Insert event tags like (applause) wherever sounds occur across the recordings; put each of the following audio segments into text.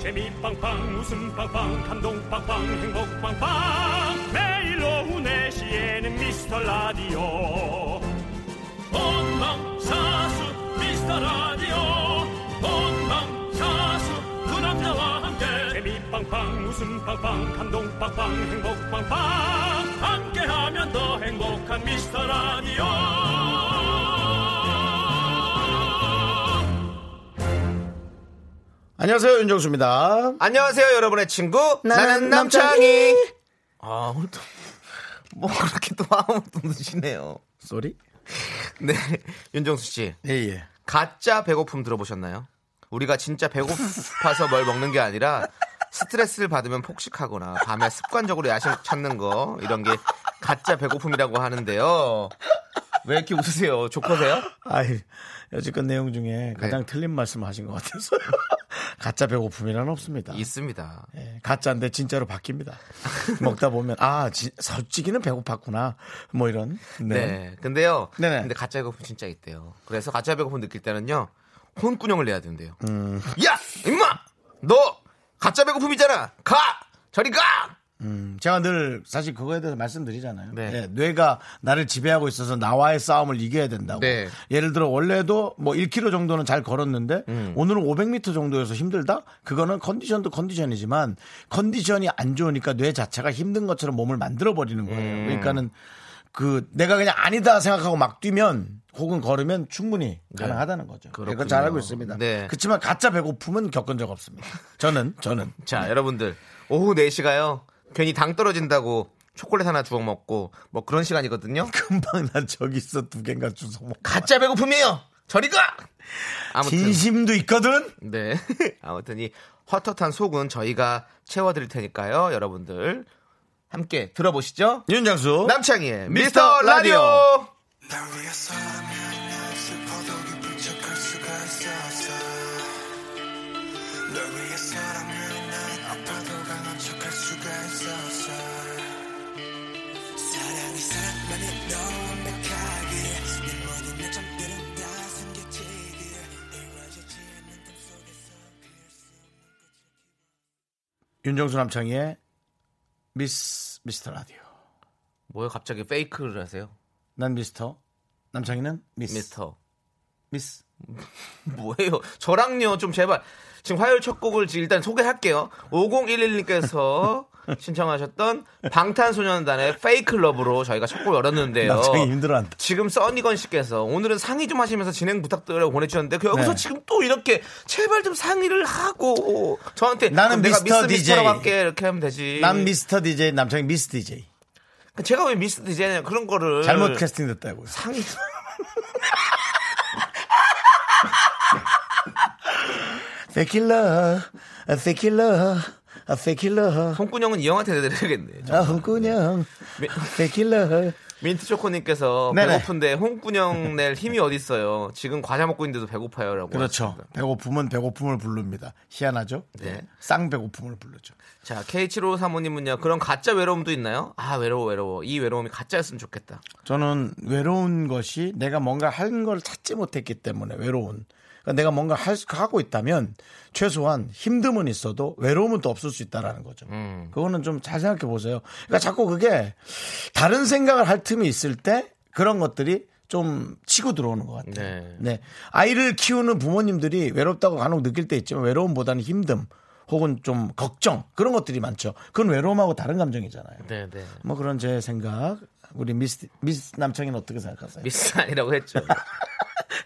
재미 빵빵 웃음 빵빵 감동 빵빵 행복 빵빵 매일 오후 네시에는 미스터 라디오 본방사수 미스터 라디오 본방사수 그 남자와 함께 재미 빵빵 웃음 빵빵 감동 빵빵 행복 빵빵 함께하면 더 행복한 미스터 라디오 안녕하세요 윤정수입니다. 안녕하세요, 여러분의 친구. 나는, 나는 남창희. 남창희. 아, 오늘 또, (laughs) 뭐, 그렇게 또 아무것도 드시네요. 쏘리? 네. 윤정수 씨, 예예. 가짜 배고픔 들어보셨나요? 우리가 진짜 배고파서 뭘 먹는 게 아니라 스트레스를 받으면 폭식하거나 밤에 습관적으로 야식 찾는 거, 이런 게 가짜 배고픔이라고 하는데요. 왜 이렇게 웃으세요? 조커세요? 아이 여지껏 내용 중에 가장 네. 틀린 말씀을 하신 것 같아서 (laughs) 가짜 배고픔이란 없습니다. 있습니다. 예, 가짜인데 진짜로 바뀝니다. 먹다 보면 아 지- 솔직히는 배고팠구나 뭐 이런. 네. 네. 근데요. 네네. 근데 가짜 배고픔 진짜 있대요. 그래서 가짜 배고픔 느낄 때는요. 혼꾸녕을 내야 된대요. 야, 임마! 너 가짜 배고픔이잖아. 가! 저리 가! 음, 제가 늘 사실 그거에 대해서 말씀드리잖아요. 네. 예, 뇌가 나를 지배하고 있어서 나와의 싸움을 이겨야 된다고. 네. 예를 들어 원래도 뭐 1km 정도는 잘 걸었는데 음. 오늘은 500m 정도여서 힘들다? 그거는 컨디션도 컨디션이지만 컨디션이 안 좋으니까 뇌 자체가 힘든 것처럼 몸을 만들어 버리는 거예요. 음. 그러니까는 그 내가 그냥 아니다 생각하고 막 뛰면 혹은 걸으면 충분히 가능하다는 거죠. 네. 예, 그렇군요. 그건 잘 알고 있습니다. 네. 그렇지만 가짜 배고픔은 겪은 적 없습니다. 저는 저는 자, 여러분들. 오후 4시가요. 괜히 당 떨어진다고 초콜릿 하나 주워 먹고 뭐 그런 시간이거든요. 금방 나 저기 있어 두 개인가 주워 먹. 가짜 배고픔이에요. 저리 가! 아무튼. 진심도 있거든. 네. (laughs) 아무튼 이 헛헛한 속은 저희가 채워드릴 테니까요. 여러분들. 함께 들어보시죠. 윤장수. 남창희의 네. 미스터 라디오. 윤정수 남창희의 미스 미스터 라디오. 뭐요? 갑자기 페이크를 하세요? 난 미스터. 남창희는 미스. 미스터. (laughs) 미스. 뭐예요? 저랑요, 좀 제발. 지금 화요일 첫 곡을 지금 일단 소개할게요. (laughs) 5011님께서 신청하셨던 방탄소년단의 페이크 러브로 저희가 첫 곡을 열었는데요. 남창희 힘들어한다. 지금 써니건 씨께서 오늘은 상의 좀 하시면서 진행 부탁드려고 보내주셨는데 그 여기서 네. 지금 또 이렇게 제발 좀 상의를 하고 저한테 나는 그럼 내가 미스터 미스 DJ. 미스터라고 할게 이렇게 하면 되지. 난 미스터 DJ 남창희 미스 DJ. 제가 왜 미스 디제냐 그런 거를 잘못 캐스팅 됐다고요. 상의 세킬러. 세킬러. 세킬러. 손군형은 이 형한테 내드려야겠네. 아, 홍군형. 세킬러. 민트초코님께서 네네. 배고픈데 홍군형 낼 힘이 어딨어요. 지금 과자 먹고 있는데도 배고파요라고. 그렇죠. 하셨습니다. 배고픔은 배고픔을 부릅니다. 희한하죠? 네. 쌍배고픔을 부르죠. 자 K75 사모님은요. 그런 가짜 외로움도 있나요? 아 외로워 외로워. 이 외로움이 가짜였으면 좋겠다. 저는 외로운 것이 내가 뭔가 한 걸 찾지 못했기 때문에 외로운. 그러니까 내가 뭔가 할, 수- 하고 있다면 최소한 힘듦은 있어도 외로움은 또 없을 수 있다라는 거죠. 그거는 좀 잘 생각해 보세요. 그러니까 자꾸 그게 다른 생각을 할 틈이 있을 때 그런 것들이 좀 치고 들어오는 것 같아요. 네. 네. 아이를 키우는 부모님들이 외롭다고 간혹 느낄 때 있지만 외로움보다는 힘듦 혹은 좀 걱정 그런 것들이 많죠. 그건 외로움하고 다른 감정이잖아요. 네네. 뭐 그런 제 생각. 우리 미스, 미스 남창이는 어떻게 생각하세요? 미스 아니라고 했죠.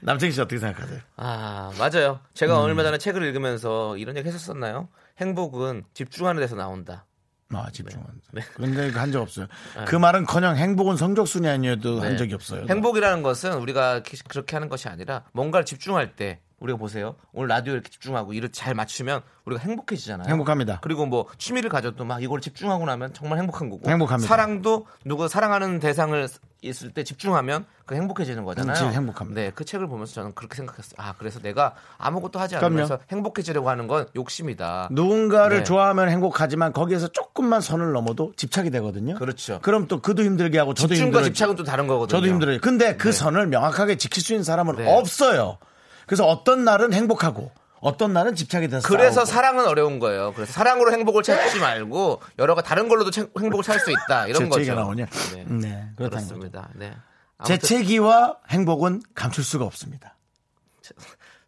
남창희 씨 어떻게 생각하세요? 아 맞아요. 음. 제가 얼마 전에 책을 읽으면서 이런 얘기 했었었나요? 행복은 집중하는 데서 나온다. 아, 집중한. 네. 근데 그 한 적 없어요. 그 말은 커녕 행복은 성적순이 아니어도 아. 네. 한 적이 없어요. 행복이라는 것은 우리가 기- 그렇게 하는 것이 아니라 뭔가를 집중할 때 우리가 보세요. 오늘 라디오 이렇게 집중하고 일을 잘 맞추면 우리가 행복해지잖아요. 행복합니다. 그리고 뭐 취미를 가져도 막 이걸 집중하고 나면 정말 행복한 거고. 행복합니다. 사랑도 누구 사랑하는 대상을 있을 때 집중하면 그 행복해지는 거잖아요. 음, 지금 행복합니다. 네, 그 책을 보면서 저는 그렇게 생각했어요. 아, 그래서 내가 아무것도 하지 그럼요. 않으면서 행복해지려고 하는 건 욕심이다. 누군가를 네. 좋아하면 행복하지만 거기에서 조금만 선을 넘어도 집착이 되거든요. 그렇죠. 그럼 또 그도 힘들게 하고 저도 집중과 힘들어. 집착은 또 다른 거거든요. 저도 힘들어요. 근데 그 선을 명확하게 지킬 수 있는 사람은 네. 없어요. 그래서 어떤 날은 행복하고 어떤 날은 집착이 돼서 그래서 싸우고. 사랑은 어려운 거예요. 그래서 사랑으로 행복을 찾지 말고 여러 가 다른 걸로도 책- 행복을 찾을 수 있다. 이런 거죠. 재채기가 나오냐? 네. 네, 그렇다는 거죠. 그렇습니다. 네. 아무튼 재채기와 행복은 감출 수가 없습니다.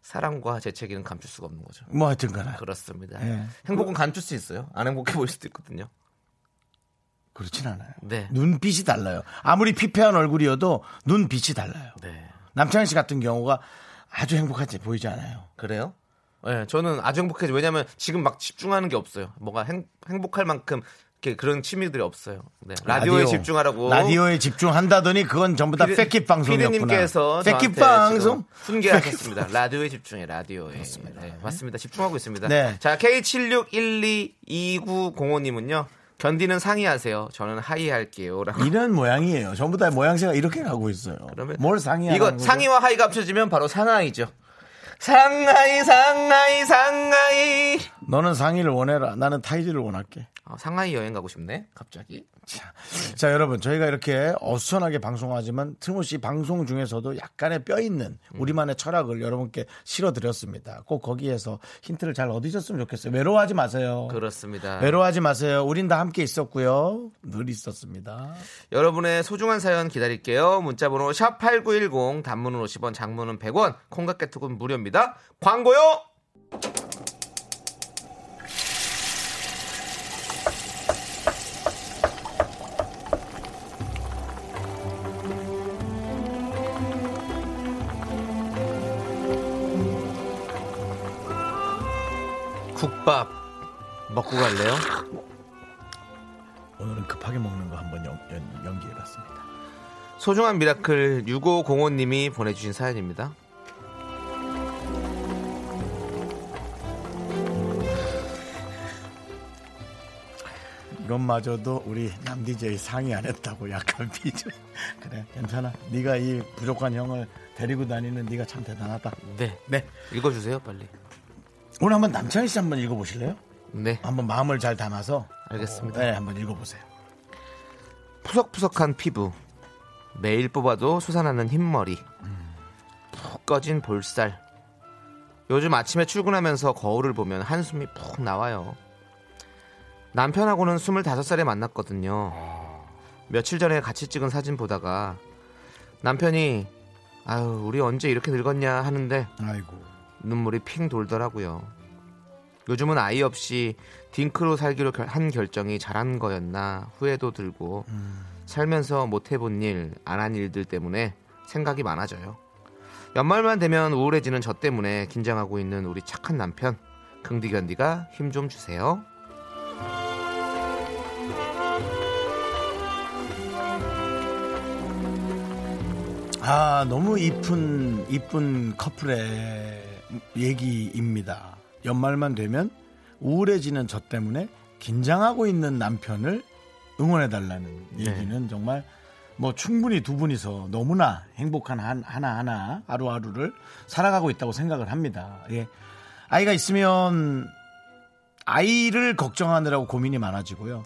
사랑과 재채기는 감출 수가 없는 거죠. 뭐 하여튼간에 그렇습니다. 예. 행복은 감출 수 있어요. 안 행복해 보일 수도 있거든요. 그렇진 않아요. 네. 눈빛이 달라요. 아무리 피폐한 얼굴이어도 눈빛이 달라요. 네. 남창희 씨 같은 경우가 아주 행복하지 보이지 않아요. 그래요? 예, 저는 아주 행복해요. 왜냐면 지금 막 집중하는 게 없어요. 뭔가 행, 행복할 만큼 이렇게 그런 취미들이 없어요. 네. 라디오에 라디오. 집중하라고. 라디오에 집중한다더니 그건 전부 다 패킷 방송이었구나. 피디님께서 패킷 방송? 훈계하셨습니다. 라디오에 집중해, 라디오에. 맞습니다. 네, 맞습니다. 집중하고 있습니다. 네. 자, K76122905님은요. 견디는 상의하세요. 저는 하의할게요. 라고. 이런 모양이에요. 전부 다 모양새가 이렇게 가고 있어요. 그러면 뭘 상의하는 이거 거죠? 상의와 하의가 합쳐지면 바로 상하이죠. 상하이, 상하이, 상하이. 너는 상의를 원해라. 나는 타이즈를 원할게. 아, 상하이 여행 가고 싶네. 갑자기. 자, 여러분, 저희가 이렇게 어수선하게 방송하지만 틀림없이 방송 중에서도 약간의 뼈 있는 우리만의 철학을 여러분께 실어드렸습니다. 꼭 거기에서 힌트를 잘 얻으셨으면 좋겠어요. 네, 외로워하지 마세요. 그렇습니다. 외로워하지 마세요. 우린 다 함께 있었고요. 늘 있었습니다. 여러분의 소중한 사연 기다릴게요. 문자번호 샵 #8910 단문은 50원, 장문은 100원, 콩깍개톡은 무료입니다. 광고요. 국밥 먹고 갈래요? 오늘은 급하게 먹는 거 한번 연, 연, 연기해봤습니다. 소중한 미라클 6505님이 보내주신 사연입니다. 이것마저도 우리 남 DJ 상의 안 했다고 약간 (laughs) 비죠. 그래, 괜찮아. 네가 이 부족한 형을 데리고 다니는 네가 참 대단하다. 네. 네. 읽어주세요, 빨리. 오늘 한번 남창희 씨 한번 읽어보실래요? 네. 한번 마음을 잘 담아서 알겠습니다. 네, 한번 읽어보세요. 푸석푸석한 피부. 매일 뽑아도 솟아나는 흰머리. 푹 꺼진 볼살. 요즘 아침에 출근하면서 거울을 보면 한숨이 푹 나와요. 남편하고는 25살에 만났거든요. 며칠 전에 같이 찍은 사진 보다가 남편이 아유, 우리 언제 이렇게 늙었냐 하는데 아이고. 눈물이 핑 돌더라고요. 요즘은 아이 없이 딩크로 살기로 결- 한 결정이 잘한 거였나 후회도 들고 살면서 못 해본 일, 안 한 일들 때문에 생각이 많아져요. 연말만 되면 우울해지는 저 때문에 긴장하고 있는 우리 착한 남편 긍디견디가 힘 좀 주세요. 아, 너무 이쁜 이쁜 커플의 얘기입니다. 연말만 되면 우울해지는 저 때문에 긴장하고 있는 남편을 응원해 달라는 네. 얘기는 정말 뭐 충분히 두 분이서 너무나 행복한 한, 하나하나 하루하루를 살아가고 있다고 생각을 합니다. 예. 아이가 있으면 아이를 걱정하느라고 고민이 많아지고요.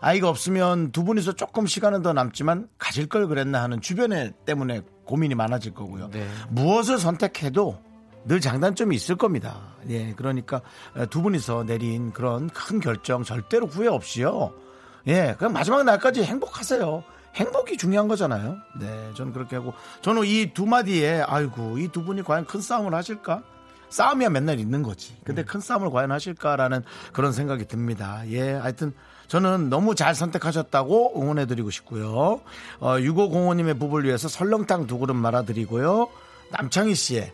아이가 없으면 두 분이서 조금 시간은 더 남지만 가질 걸 그랬나 하는 주변에 때문에 고민이 많아질 거고요. 네. 무엇을 선택해도 늘 장단점이 있을 겁니다. 예, 그러니까 두 분이서 내린 그런 큰 결정 절대로 후회 없이요. 예, 그럼 마지막 날까지 행복하세요. 행복이 중요한 거잖아요. 네, 저는 그렇게 하고 저는 이 두 마디에 아이고 이 두 분이 과연 큰 싸움을 하실까? 싸움이야 맨날 있는 거지. 근데 음. 큰 싸움을 과연 하실까라는 그런 생각이 듭니다. 예, 하여튼 저는 너무 잘 선택하셨다고 응원해드리고 싶고요. 어, 6505님의 부부를 위해서 설렁탕 두 그릇 말아드리고요. 남창희 씨의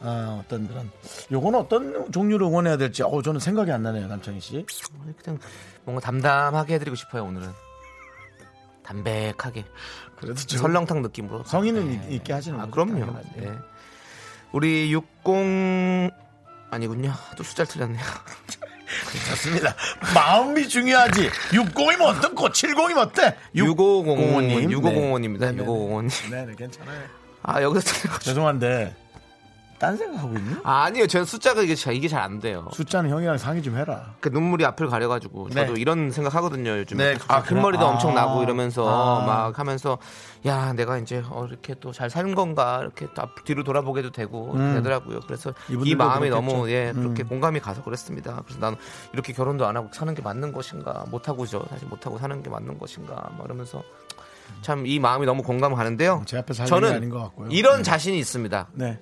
어, 떤 그런 요거는 어떤 종류로 응원해야 될지 어 저는 생각이 안 나네요, 남창희 씨. 그냥 뭔가 담담하게 해드리고 싶어요 오늘은 담백하게 그래도 설렁탕 느낌으로 성인은 네. 있- 있게 하시는 아, 거죠, 그럼요. 음, 당연하지. 예. 우리 60 아니군요. 또 숫자를 틀렸네요. 좋습니다. 마음이 중요하지. 60이면 어떻고 70이면 어때? 6505님, 6505 님. 6505입니다. 네. 6505님. 네, 네, 괜찮아요. 아 여기서 틀려가지고 죄송한데 딴 생각하고 있니? 아니요, 저는 숫자가 이게, 잘- 이게 잘 안 돼요. 숫자는 형이랑 상의 좀 해라. 그 눈물이 앞을 가려가지고 저도 네. 이런 생각하거든요 요즘 네, 에 아, 큰 그렇구나. 머리도 아. 엄청 나고 이러면서 아. 막 하면서 야 내가 이제 어, 이렇게 또 잘 사는 건가 이렇게 또 앞- 뒤로 돌아보게도 되고 되더라고요 그래서 이 음. 이분들도 마음이 그렇겠죠. 너무 예 그렇게 공감이 가서 그랬습니다 그래서 난 이렇게 결혼도 안 하고 사는 게 맞는 것인가 못하고죠 사실 못하고 사는 게 맞는 것인가 막 이러면서 참 이 마음이 너무 공감 가는데요 제 앞에서 할 저는 일이 아닌 것 같고요. 이런 네. 자신이 있습니다 네.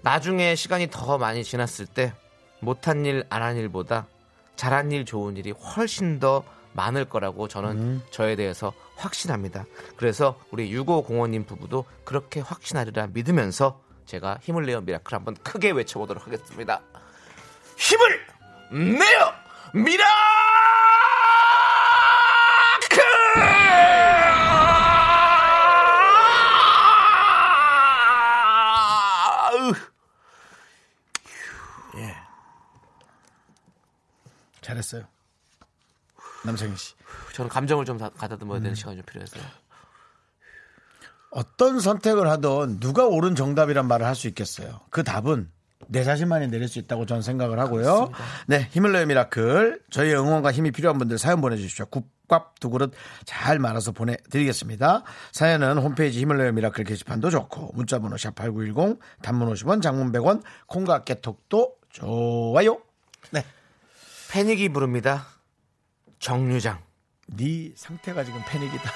나중에 시간이 더 많이 지났을 때 못한 일, 안 한 일보다 잘한 일, 좋은 일이 훨씬 더 많을 거라고 저는 저에 대해서 확신합니다. 그래서 우리 유고 공원님 부부도 그렇게 확신하리라 믿으면서 제가 힘을 내어 미라클 한번 크게 외쳐보도록 하겠습니다. 힘을 내요 미라클! 잘했어요. 남성희 씨. 저는 감정을 좀 다- 가다듬어야 되는 시간이 좀 필요해서요. 어떤 선택을 하든 누가 옳은 정답이란 말을 할 수 있겠어요. 그 답은 내 자신만이 내릴 수 있다고 저는 생각을 하고요. 네, 힘을 내요 미라클. 저희 응원과 힘이 필요한 분들 사연 보내주십시오. 국밥 두 그릇 잘 말아서 보내드리겠습니다. 사연은 홈페이지 힘을 내요 미라클 게시판도 좋고 문자번호 샵8910 단문 50원 장문 100원 콩과 깨톡도 좋아요. 네. 패닉이 부릅니다. 정류장. 네 상태가 지금 패닉이다.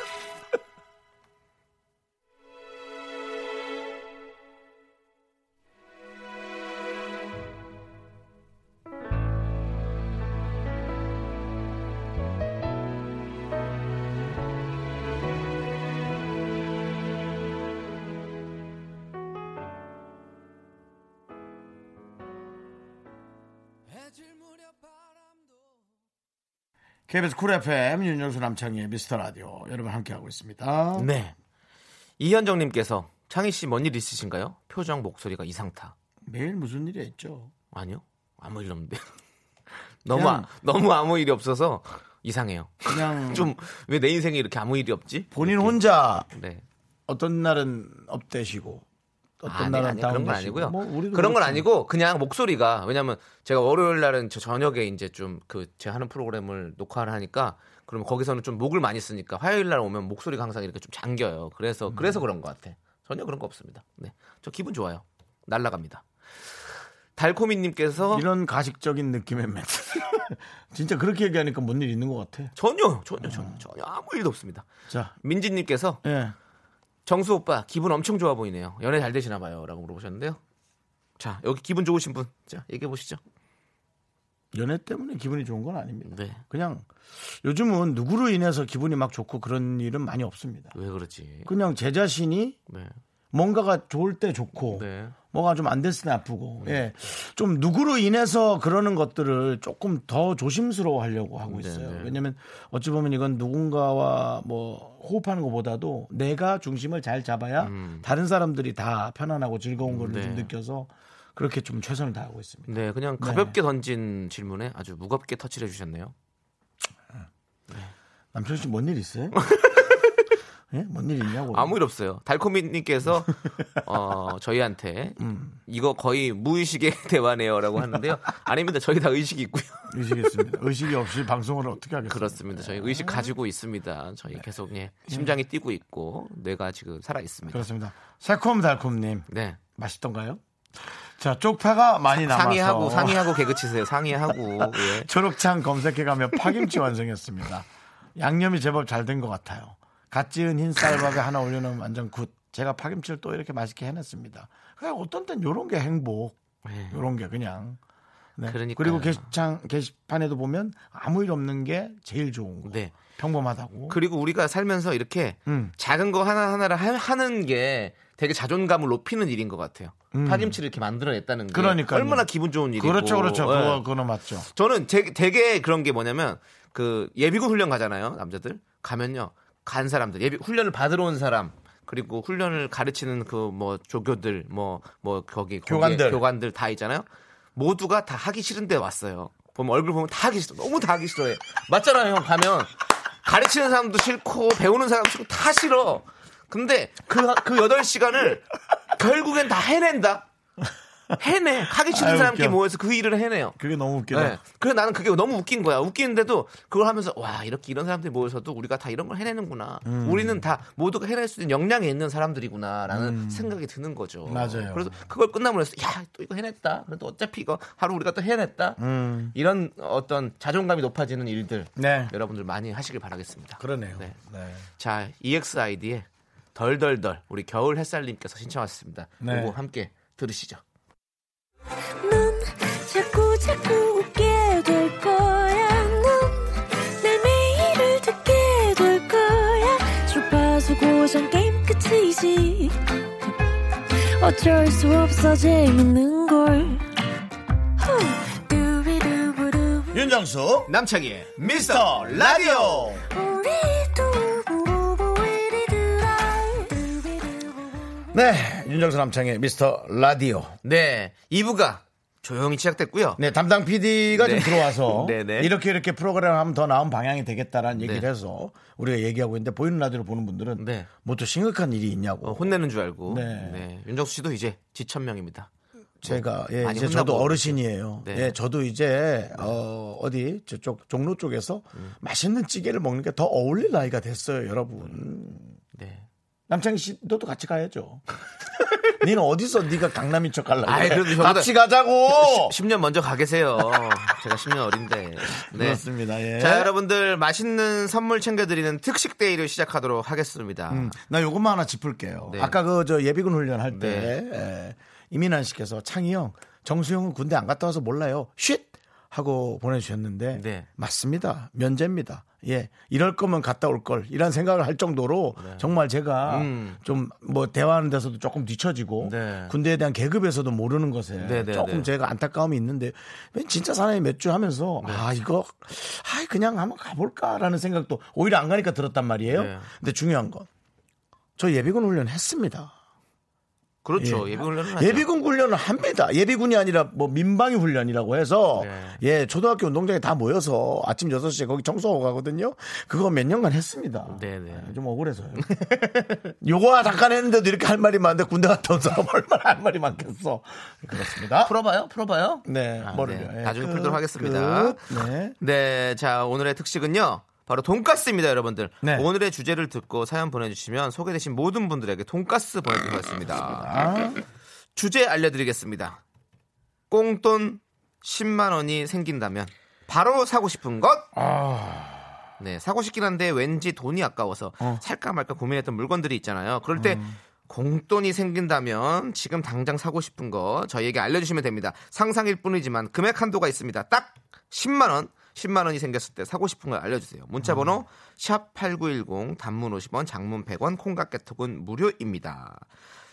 KBS 쿨 FM 윤정수 남창희의 미스터 라디오 여러분 함께하고 있습니다. 네. 이현정님께서 창희 씨 뭔 일 있으신가요? 표정 목소리가 이상타. 매일 무슨 일이 있죠? 아니요. 아무 일 없는데. (laughs) 너무 그냥- 아, 너무 아무 일이 없어서 이상해요. (laughs) 그냥 좀 왜 내 인생에 이렇게 아무 일이 없지? 본인 혼자 네. 어떤 날은 업되시고 어떤 아니, 날은 아니, 그런 건 다운되시고 아니고요. 뭐 우리도 그런 건 그렇죠. 아니고 그냥 목소리가 왜냐면 제가 월요일 날은 저 저녁에 이제 좀 그 제 하는 프로그램을 녹화를 하니까 그러면 거기서는 좀 목을 많이 쓰니까 화요일 날 오면 목소리가 항상 이렇게 좀 잠겨요. 그래서 음. 그래서 그런 것 같아. 전혀 그런 거 없습니다. 네, 저 기분 좋아요. 날라갑니다. 달코미님께서 이런 가식적인 느낌의 멘트. (laughs) 진짜 그렇게 얘기하니까 뭔 일 있는 것 같아. 전혀 전혀 전혀 전혀 아무 일도 없습니다. 자, 민지님께서 예, 정수 오빠 기분 엄청 좋아 보이네요. 연애 잘 되시나 봐요라고 물어보셨는데요. 자 여기 기분 좋으신 분, 자 얘기해 보시죠. 연애 때문에 기분이 좋은 건 아닙니다. 네. 그냥 요즘은 누구로 인해서 기분이 막 좋고 그런 일은 많이 없습니다. 왜 그러지? 그냥 제 자신이 네. 뭔가가 좋을 때 좋고 네. 뭐가 좀 안 됐을 때 음. 아프고 예. 좀 누구로 인해서 그러는 것들을 조금 더 조심스러워 하려고 하고 있어요. 네. 왜냐면 어찌 보면 이건 누군가와 뭐 호흡하는 것보다도 내가 중심을 잘 잡아야 다른 사람들이 다 편안하고 즐거운 걸 음. 네. 좀 느껴서 그렇게 좀 최선을 다하고 있습니다. 네, 그냥 가볍게 던진 질문에 아주 무겁게 터치를 해주셨네요. 남철 씨 뭔 일 (laughs) 있어요? 예? 뭔일 있냐고. 아무 일 없어요. (laughs) 달코미님께서 어, 저희한테 이거 거의 무의식의 (laughs) 대화네요라고 하는데요. 아닙니다. 저희 다 의식이 있고요. 의식이 있습니다. 의식이 없이 방송을 어떻게 하겠습니까? (laughs) 그렇습니다. 저희 의식 가지고 있습니다. 저희 계속 예, 심장이 뛰고 있고 뇌가 지금 살아 있습니다. 그렇습니다. 새콤달콤님 네. 맛있던가요? 자 쪽파가 많이 남아서 상의하고 상의하고 개그 치세요. (laughs) 상의하고 예. 초록창 검색해가며 파김치 완성했습니다. 양념이 제법 잘 된 것 같아요. 갓 지은 흰 쌀밥에 하나 올려놓으면 완전 굿. 제가 파김치를 또 이렇게 맛있게 해냈습니다. 그냥 어떤 땐 요런 게 행복. 네. 요런 게 그냥. 네. 그러니까요. 그리고 게시창 게시판에도 보면 아무 일 없는 게 제일 좋은 거. 네. 평범하다고. 그리고 우리가 살면서 이렇게 뭐. 음. 작은 거 하나하나를 하- 하는 게 되게 자존감을 높이는 일인 것 같아요. 파김치를 이렇게 만들어냈다는 음. 게 그러니까요. 얼마나 기분 좋은 일이고. 그렇죠, 그렇죠. 예. 그거 그거 맞죠. 저는 제- 되게 그런 게 뭐냐면 그 예비군 훈련 가잖아요, 남자들. 가면요. 간 사람들, 예비 훈련을 받으러 온 사람 그리고 훈련을 가르치는 그 뭐 조교들 뭐 뭐 거기 거기에 교관들. 교관들 다 있잖아요. 모두가 다 하기 싫은데 왔어요. 보면 얼굴 보면 다 하기 싫어. 너무 다 하기 싫어해. 맞잖아요, 형 가면. 가르치는 사람도 싫고 배우는 사람도 싫고 다 싫어. 근데 그 그 8시간을 결국엔 다 해낸다. 해내. 하기 싫은 아유, 사람끼리 웃겨. 모여서 그 일을 해내요. 그게 너무 웃기다. 네. 그래서 나는 그게 너무 웃긴 거야. 웃기는데도 그걸 하면서 와 이렇게 이런 사람들이 모여서도 우리가 다 이런 걸 해내는구나. 음. 우리는 다 모두가 해낼 수 있는 역량이 있는 사람들이구나라는 생각이 드는 거죠. 음. 맞아요. 그래서 그걸 끝나면서 야또 이거 해냈다. 그래도 어차피 이거 하루 우리가 또 해냈다. 이런 어떤 자존감이 높아지는 일들 음. 네. 여러분들 많이 하시길 바라겠습니다. 그러네요. 네. 네. 자 E EXID의 덜덜덜 우리 겨울 햇살님께서 신청하셨습니다. 네. 그거 함께 들으시죠. 넌 자꾸 자꾸 웃게 될 거야. 넌내 매일을 듣게 될 거야. 주파수 고정 게임 끝이지. 어쩔 수 없어 재밌는 걸. 후. 두비두부두. 윤정수 남창희의 미스터 라디오 우리 두부부부 우리 두라. 두비두부부. 네, 윤정수 남창의 미스터 라디오. 네, 2부가 조용히 시작됐고요. 네, 담당 PD가 네. 좀 들어와서 (laughs) 네네. 이렇게 이렇게 프로그램 하면 더 나은 방향이 되겠다라는 얘기를 네. 해서 우리가 얘기하고 있는데 보이는 라디오를 보는 분들은 네. 뭐 또 심각한 일이 있냐고. 어, 혼내는 줄 알고. 네. 네. 윤정수 씨도 이제 지천명입니다. 제가 예, 많이 이제 혼나고 저도 그러죠. 어르신이에요. 네. 예, 저도 이제 어, 어디 저쪽 종로 쪽에서 음. 맛있는 찌개를 먹는 게 더 어울릴 나이가 됐어요, 여러분. 네. 남창희 씨, 너도 같이 가야죠. (laughs) 니는 어디서 네가 강남인 척 하려고 아이, 그래? 그래도 저보다- 같이 가자고. 10, 년 먼저 가 계세요. 제가 10년 어린데. (laughs) 네. 그렇습니다. 예. 자, 여러분들 맛있는 선물 챙겨드리는 특식 데이를 시작하도록 하겠습니다. 음, 나 요것만 하나 짚을게요. 네. 아까 그 저 예비군 훈련 할 때 예, 네. 이민환 씨께서 창희 형, 정수형은 군대 안 갔다 와서 몰라요. 쉿 하고 보내주셨는데 네. 맞습니다. 면제입니다. 예, 이럴 거면 갔다 올 걸 이런 생각을 할 정도로 정말 제가 네. 음. 좀 뭐 대화하는 데서도 조금 뒤처지고 네. 군대에 대한 계급에서도 모르는 것에 네, 네, 조금 네. 제가 안타까움이 있는데 맨 진짜 사람이 몇 주 하면서 네. 아 이거 아 그냥 한번 가볼까라는 생각도 오히려 안 가니까 들었단 말이에요. 네. 근데 중요한 건 저 예비군 훈련 했습니다. 그렇죠. 예. 비군 훈련을 하죠. 예비군 훈련을 합니다. 예비군이 아니라 뭐 민방위 훈련이라고 해서 네. 예 초등학교 운동장에 다 모여서 아침 6시에 거기 청소하고 가거든요. 그거 몇 년간 했습니다. 아, 네, 네. 좀 억울해서요. (laughs) 요거 잠깐 했는데도 이렇게 할 말이 많은데 군대 갔다 온 사람 얼마나 할 말이 많겠어. 그렇습니다. 풀어봐요? 풀어봐요? 네, 아, 머리를. 네. 예, 나중에 끝, 풀도록 하겠습니다. 끝. 네. 네, 자 오늘의 특식은요. 바로 돈가스입니다, 여러분들. 네. 오늘의 주제를 듣고 사연 보내주시면 소개되신 모든 분들에게 돈가스 아. 보내드리겠습니다. 주제 알려드리겠습니다. 꽁돈 10만 원이 생긴다면 바로 사고 싶은 것. 네, 사고 싶긴 한데 왠지 돈이 아까워서 살까 말까 고민했던 물건들이 있잖아요. 그럴 때 공돈이 생긴다면 지금 당장 사고 싶은 거 저희에게 알려주시면 됩니다. 상상일 뿐이지만 금액 한도가 있습니다. 딱 10만 원. 10만 원이 생겼을 때 사고 싶은 걸 알려주세요. 문자 번호 샵 8910 단문 50원 장문 100원 콩깍 개톡은 무료입니다.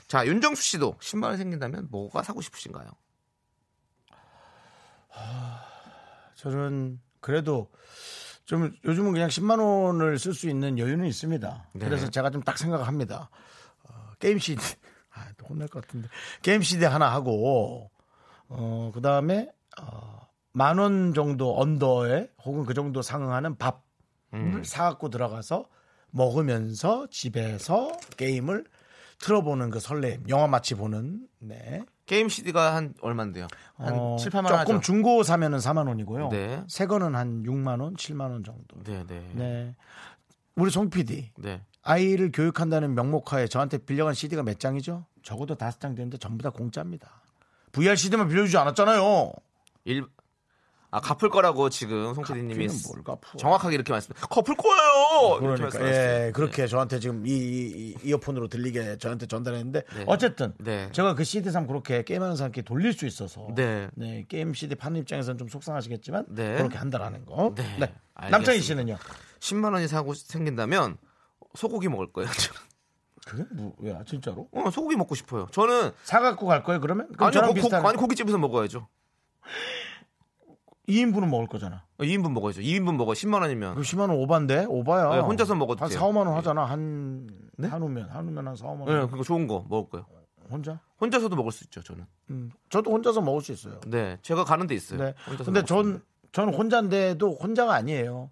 자 윤정수 씨도 10만 원 생긴다면 뭐가 사고 싶으신가요? 저는 그래도 좀 요즘은 그냥 10만 원을 쓸 수 있는 여유는 있습니다. 네. 그래서 제가 좀 딱 생각합니다. 어, 게임 CD (laughs) 아, 또 혼날 것 같은데 게임 CD 하나 하고 어 그다음에 어, 만 원 정도 언더에 혹은 그 정도 상응하는 밥을 사갖고 들어가서 먹으면서 집에서 게임을 틀어보는 그 설렘, 영화 마치 보는 네 게임 CD가 한 얼마인데요? 한 어, 7, 8만 원 조금 하죠. 중고 사면은 4만 원이고요. 네. 새 거는 한 6만 원, 7만 원 정도. 네, 네, 네. 네. 우리 송 PD 아이를 교육한다는 명목하에 저한테 빌려간 CD가 몇 장이죠? 적어도 다섯 장 되는데 전부 다 공짜입니다. VR CD만 빌려주지 않았잖아요. 일... 아 갚을 거라고 지금 송 PD님이 갚기는 뭘 갚어. 정확하게 이렇게 말씀. 갚을 거예요. 이렇게 그러니까 말씀하셨어요. 네. 예, 그렇게 저한테 지금 이, 이, 어폰으로 들리게 저한테 전달했는데 네. 어쨌든 네. 제가 그 CD 삼 그렇게 게임하는 사람께 돌릴 수 있어서 네. 네, 게임 CD 파는 입장에서는 좀 속상하시겠지만 네. 그렇게 한다라는 거. 네. 남창희 알겠습니다. 씨는요? 10만 원이 사고 생긴다면 소고기 먹을 거예요. 저는. 그게 뭐야 진짜로? 어, 소고기 먹고 싶어요. 저는 사갖고 갈 거예요 그러면? 그럼 아니, 저랑 뭐, 고, 고, 비슷한 아니 고깃집에서 먹어야죠. 2인분은 먹을 거잖아. 2인분 먹어야죠. 2인분 먹어. 10만 원이면. 그 10만 원 오반데 오바야. 네, 혼자서 먹어도 한 돼요. 4, 5만 원 하잖아. 한 네? 한우면 한우면 한 4, 5만 예, 원. 그거 좋은 거 먹을 거예요. 혼자? 혼자서도 먹을 수 있죠, 저는. 음. 저도 혼자서 먹을 수 있어요. 네. 제가 가는 데 있어요. 네. 혼자서 근데 먹을 수 있는 전 저는 혼자인데도 혼자가 아니에요.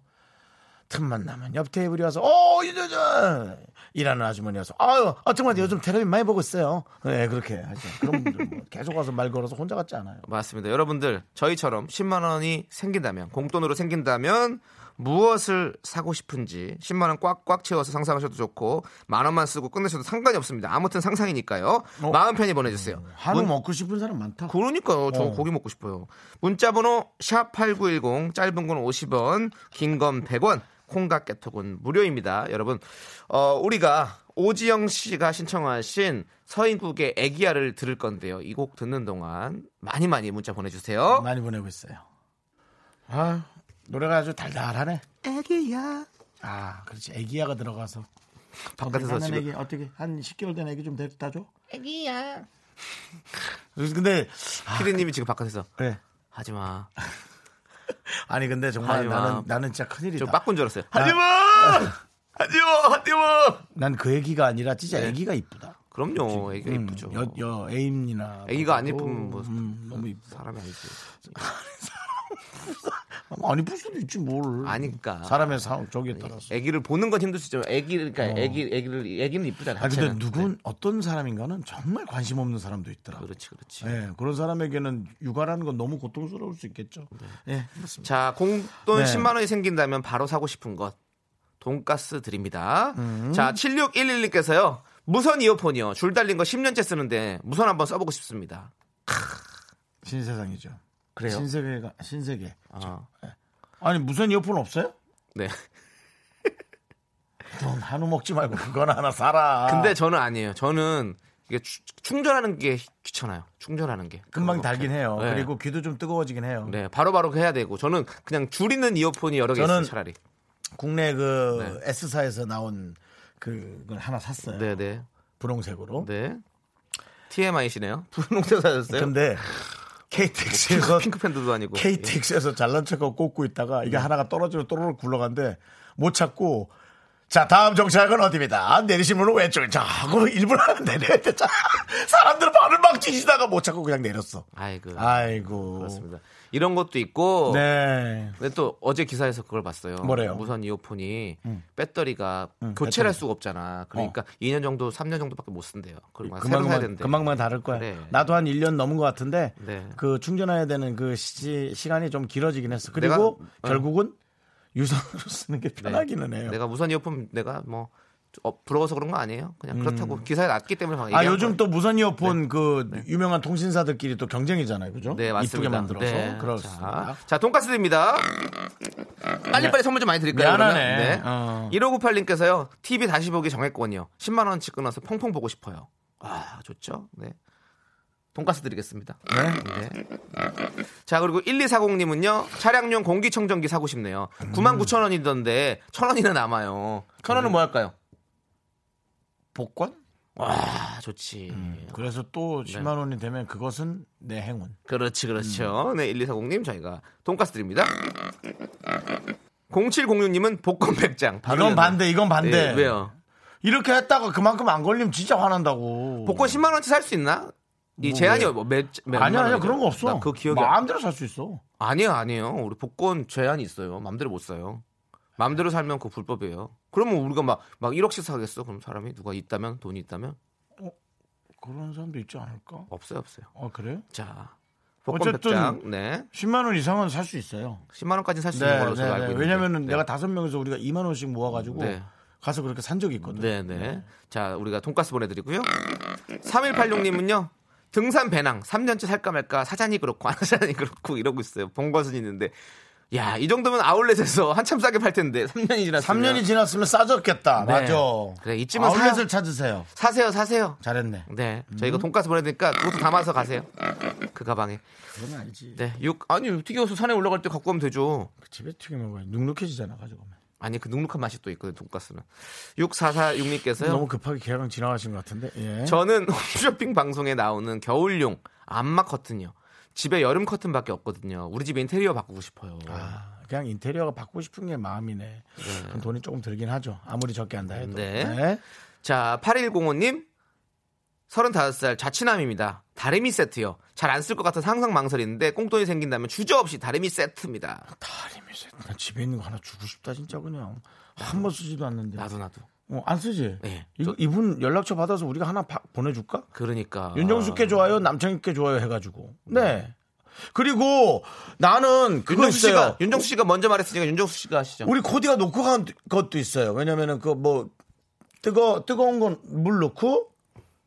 틈만 나면 옆 테이블이 와서 어 이제 저 일하는 아주머니여서 아유 아 정말 요즘 테레비 많이 보고 있어요. 네 그렇게 하죠. 그런 분들 뭐 계속 와서 말 걸어서 혼자 같지 않아요. 네, 맞습니다. 여러분들 저희처럼 10만 원이 생긴다면 공돈으로 생긴다면 무엇을 사고 싶은지 10만 원 꽉꽉 채워서 상상하셔도 좋고 만 원만 쓰고 끝내셔도 상관이 없습니다. 아무튼 상상이니까요. 어. 마음 편히 보내주세요. 한우 문- 먹고 싶은 사람 많다. 그러니까요. 저 어. 고기 먹고 싶어요. 문자번호 샵 #8910 짧은 건 50원, 긴 건 100원, 콩과 깨톡은 무료입니다. 여러분, 어, 우리가 오지영 씨가 신청하신 서인국의 애기야를 들을 건데요. 이 곡 듣는 동안 많이 많이 문자 보내주세요. 많이 보내고 있어요. 아 노래가 아주 달달하네. 애기야. 아 그렇지 애기야가 들어가서 바깥에서 하는 지금 애기 어떻게 한 10개월 된 애기 좀 데려다 줘. 애기야. 근데 피디님이 지금 바깥에서 네. 하지 마. 아니 근데 정말 하지마. 나는 나는 진짜 큰일이다. 좀 바꾼 줄 알았어요. 나- 아. 하지 마. 하지 마. 하지 마. 난 그 애기가 아니라 진짜 애기가 이쁘다. 그럼요. 애기가 음, 네. 이쁘죠. 여, 여 애임이나 애기가 안 그래도, 이쁘면 뭐 음, 너무 이쁘. 사람이 아니지. 안 이쁠 수도 있지 뭘. 아니까. 사람의 상 저기에 따라서. 아기를 보는 건 힘들 수 있지만 아기 그러니까 아기 아기를 아기는 이쁘잖아. 아 근데 자체는. 네. 누군 어떤 사람인가는 정말 관심 없는 사람도 있더라. 고 그렇지 그렇지. 예, 그런 사람에게는 육아라는 건 너무 고통스러울 수 있겠죠. 네, 예, 그렇습니다. 자 공돈 네. 10만 원이 생긴다면 바로 사고 싶은 것 돈가스 드립니다. 자 7611님께서요 무선 이어폰이요 줄 달린 거 10년째 쓰는데 무선 한번 써보고 싶습니다. 신세상이죠. 그래요? 신세계가 신세계. 아, 아니 무슨 이어폰 없어요? 네. 넌 한우 먹지 말고 그건 하나 사라. 근데 저는 아니에요. 저는 이게 추- 충전하는 게 귀찮아요. 충전하는 게 금방 달긴 해요. 네. 그리고 귀도 좀 뜨거워지긴 해요. 네 바로바로 해야 되고 저는 그냥 줄이는 이어폰이 여러 개 있어요 저는- 차라리. 국내 그 S사에서 나온 그걸 하나 샀어요. 네. 네네 분홍색으로. 네. (laughs) TMI시네요. 분홍색 사셨어요? 근데 KTX에서 네. 그 핑크 네. 팬들도 아니고 예. KTX에서 잘난 척하고 꽂고 있다가 이게 하나가 떨어지고 또르륵 굴러간데 못 찾고 자 다음 정차역은 어디입니다. 아, 내리시면 왼쪽에 자 하고 일부러 내려야 돼. 자 사람들 발을 막 찢으다가 못 찾고 그냥 내렸어. 아이고. 아이고. 네. 그렇습니다. 이런 것도 있고. 네. 근데 또 어제 기사에서 그걸 봤어요. 뭐래요? 음. 무선 이어폰이 배터리가 교체를 할 수가 없잖아. 어. 그러니까 2년 정도, 3년 정도밖에 못 쓴대요. 그리고 새로 사야 금방금방 된대. 금방만 다를 거야. 그래. 나도 한 1년 넘은 것 같은데 네. 그 충전해야 되는 그 시, 시간이 좀 길어지긴 했어. 내가- 그리고 어. 결국은 유선으로 쓰는 게 편하기는 해요. 네. 내가 무선 이어폰 내가 뭐 어, 부러워서 그런 거 아니에요. 그냥 그렇다고 기사에 났기 때문에 막 아 얘기한 요즘 거예요. 또 무선 이어폰 그 유명한 통신사들끼리 또 경쟁이잖아요, 그죠? 네, 맞습니다. 이쁘게 만들어서 네. 그렇습니다. 네. 자, 자, 돈가스 드립니다. 빨리빨리 선물 좀 많이 드릴까요? 미안하네. 그러니까 그러면? 어. 1598님께서요. TV 다시 보기 정액권이요. 10만 원치 끊어서 펑펑 보고 싶어요. 아, 좋죠. 네. 돈가스 드리겠습니다. 네. 자, 그리고 1240님은요. 차량용 공기청정기 사고 싶네요. 9만 9천 원이던데 1천 원이나 남아요. 천 원은 뭐 할까요? 복권? 와, 좋지. 그래서 또 네. 10만 원이 되면 그것은 내 행운. 그렇지 그렇죠. 네 1240님 저희가 돈가스 드립니다. 0706님은 복권 100장. 바로 이건 연락. 반대, 이건 반대. 예, 왜요? 이렇게 했다가 그만큼 안 걸리면 진짜 화난다고. 복권 10만 원치 살 수 있나? 이 뭐, 제한이 왜? 몇몇 아니야, 아니야 그런 거 없어. 그 기억이 안- 마음대로 살 수 있어. 아니에요, 아니에요. 우리 복권 제한이 있어요. 맘대로 못 사요. 맘대로 살면 그 불법이에요. 그러면 우리가 막 막 1억씩 사겠어? 그럼 사람이 누가 있다면 돈이 있다면 그런 사람도 있지 않을까? 없어요, 없어요. 아 그래요? 자. 복권 어쨌든 100장. 네. 10만 원 이상은 살 수 있어요. 10만 원까지 살 수 있는 네, 걸로 제가 네, 알고 네. 있는데. 왜냐면은 네. 내가 다섯 명에서 우리가 2만 원씩 모아가지고 네. 가서 그렇게 산 적이 있거든. (laughs) 네네. 자, 우리가 돈가스 보내드리고요. 3186님은요. 등산 배낭 3년째 살까 말까 사자니 그렇고 안 사자니 그렇고 이러고 있어요. 번거순 있는데. 야, 이 정도면 아울렛에서 한참 싸게 팔 텐데 3년이 지났으면 3년이 지났으면 싸졌겠다. 네. 맞아. 그래, 이쯤은 아울렛을 사요. 찾으세요. 사세요, 사세요. 잘했네. 네. 저희가 돈가스 보내드니까 그것도 담아서 가세요. 그 가방에. 그건 알지. 네. 육 아니, 튀겨서 산에 올라갈 때 갖고 오면 되죠. 그 집에 튀겨 먹어야 눅눅해지잖아 가지고. 오면. 아니, 그 눅눅한 맛이 또 있거든, 돈가스는. 6446님께서요. 너무 급하게 개강 지나가신 것 같은데. 예. 저는 (laughs) 홈쇼핑 방송에 나오는 겨울용 안마 커튼이요. 집에 여름 커튼밖에 없거든요. 우리 집 인테리어 바꾸고 싶어요. 아, 그냥 인테리어가 바꾸고 싶은 게 마음이네. 그럼 돈이 조금 들긴 하죠. 아무리 적게 한다 해도. 네. 자, 8105님. 35살 자취남입니다. 다리미 세트요. 잘 안 쓸 것 같아서 항상 망설이는데 꽁돈이 생긴다면 주저없이 다리미 세트입니다. 다리미세. 나 집에 있는 거 하나 주고 싶다 진짜 그냥 한 번 쓰지도 않는데. 나도 나도. 어, 안 쓰지. 네. 이, 저- 이분 연락처 받아서 우리가 하나 바- 보내줄까? 그러니까. 윤정수께 좋아요, 남창희께 좋아요 해가지고. 네. 그리고 나는 그거 윤정수 있어요. 씨가 윤정수 씨가 먼저 말했으니까 윤정수 씨가 하시죠. 우리 코디가 놓고 간 것도 있어요. 왜냐면은 그 뭐 뜨거 뜨거운 건 물 넣고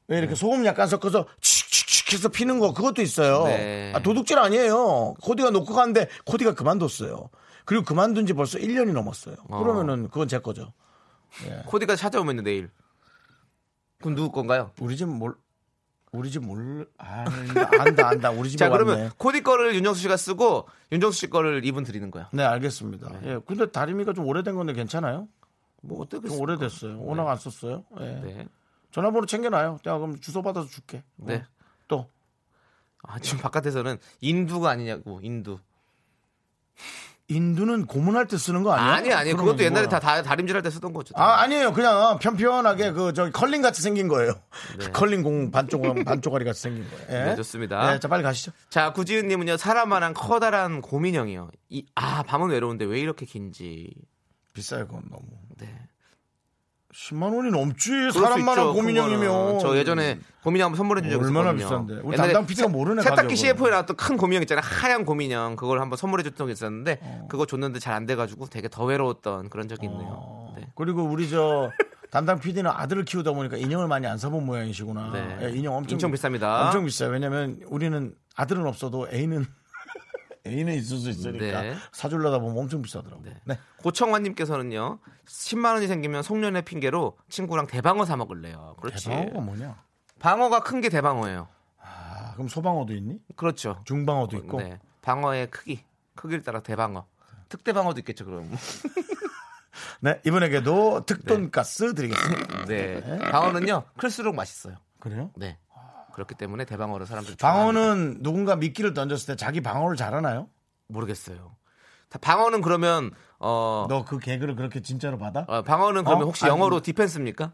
왜 이렇게 소금 약간 섞어서 칙칙칙 해서 피는 거 그것도 있어요. 네. 아, 도둑질 아니에요. 코디가 놓고 갔는데 코디가 그만뒀어요. 그리고 그만둔 지 벌써 1년이 넘었어요. 그러면은 그건 제 거죠. 어? 코디가 찾아오면 내일. 그럼 누구 건가요? 우리 집 몰, 우리 집 몰, 아, 안다, 안다. 우리 집에 자 그러면 음, 뭐 왔네. 코디 거를 윤정수 씨가 쓰고 윤정수 씨 거를 이분 드리는 거야. 네, 알겠습니다. 예, 근데 다리미가 좀 오래된 건데 괜찮아요? 뭐 어떻게 좀 오래됐어요. 워낙 안 썼어요. 예. 네. 전화번호 챙겨놔요. 내가 그럼 주소 받아서 줄게. 뭐. 네. 또 아, 지금 바깥에서는 인두가 아니냐고 인두. 인두는 고문할 때 쓰는 거 아니야? 아니 아니 그러면 그것도 옛날에 뭐야? 다, 다 다림질할 때 쓰던 거죠. 아 아니에요. 그냥 편편하게 그 저기 컬링 같이 생긴 거예요. (laughs) 컬링 공 반쪽 반쪽아리 같이 생긴 거예요. 예. 네, 좋습니다. 네, 자 빨리 가시죠. 자 구지은님은요 사람만한 커다란 고민형이요. 이, 아 밤은 외로운데 왜 이렇게 긴지. 비싸요 그건 너무. 네. 10만 원이 넘지 그럴 수 사람만한 있죠, 고민형이면 그거는. 저 예전에 고민형 한번 선물해 준 적이 있었거든요. 얼마나 비싼데. 우리 담당 PD가 모르네, 세탁기 가격을. CF에 나왔던 큰 고민형 있잖아요. 하얀 고민형 그걸 한번 선물해 줬던 게 있었는데 어. 그거 줬는데 잘 안 돼가지고 되게 더 외로웠던 그런 적이 어. 있네요. 네. 그리고 우리 저 담당 PD는 아들을 키우다 보니까 인형을 많이 안 사본 모양이시구나. 네. 예, 인형 엄청, 엄청 비쌉니다. 엄청 비싸요. 왜냐면 우리는 아들은 없어도 애인은 (laughs) 애인은 있을 수 있으니까 네. 사주려다 보면 엄청 비싸더라고요. 네. 고청환님께서는요 10만 원이 생기면 송년회 핑계로 친구랑 대방어 사 먹을래요. 그렇지. 대방어가 뭐냐? 방어가 큰 게 대방어예요. 아, 그럼 소방어도 있니? 그렇죠. 중방어도 있고. 네. 방어의 크기 크기를 따라 대방어. 특대방어도 있겠죠 그럼. (laughs) 네, 이번에게도 특돈가스 드리겠습니다. 네. 방어는요 클수록 맛있어요. (laughs) 그래요? 네. 그렇기 때문에 대방어를 사람들이 좋아합니다. 방어는 누군가 미끼를 던졌을 때 자기 방어를 잘하나요? 모르겠어요. 다- 방어는 그러면 어, 너 그 개그를 그렇게 진짜로 받아? 어, 방어는 그러면 어? 혹시 아니, 영어로 디펜스입니까?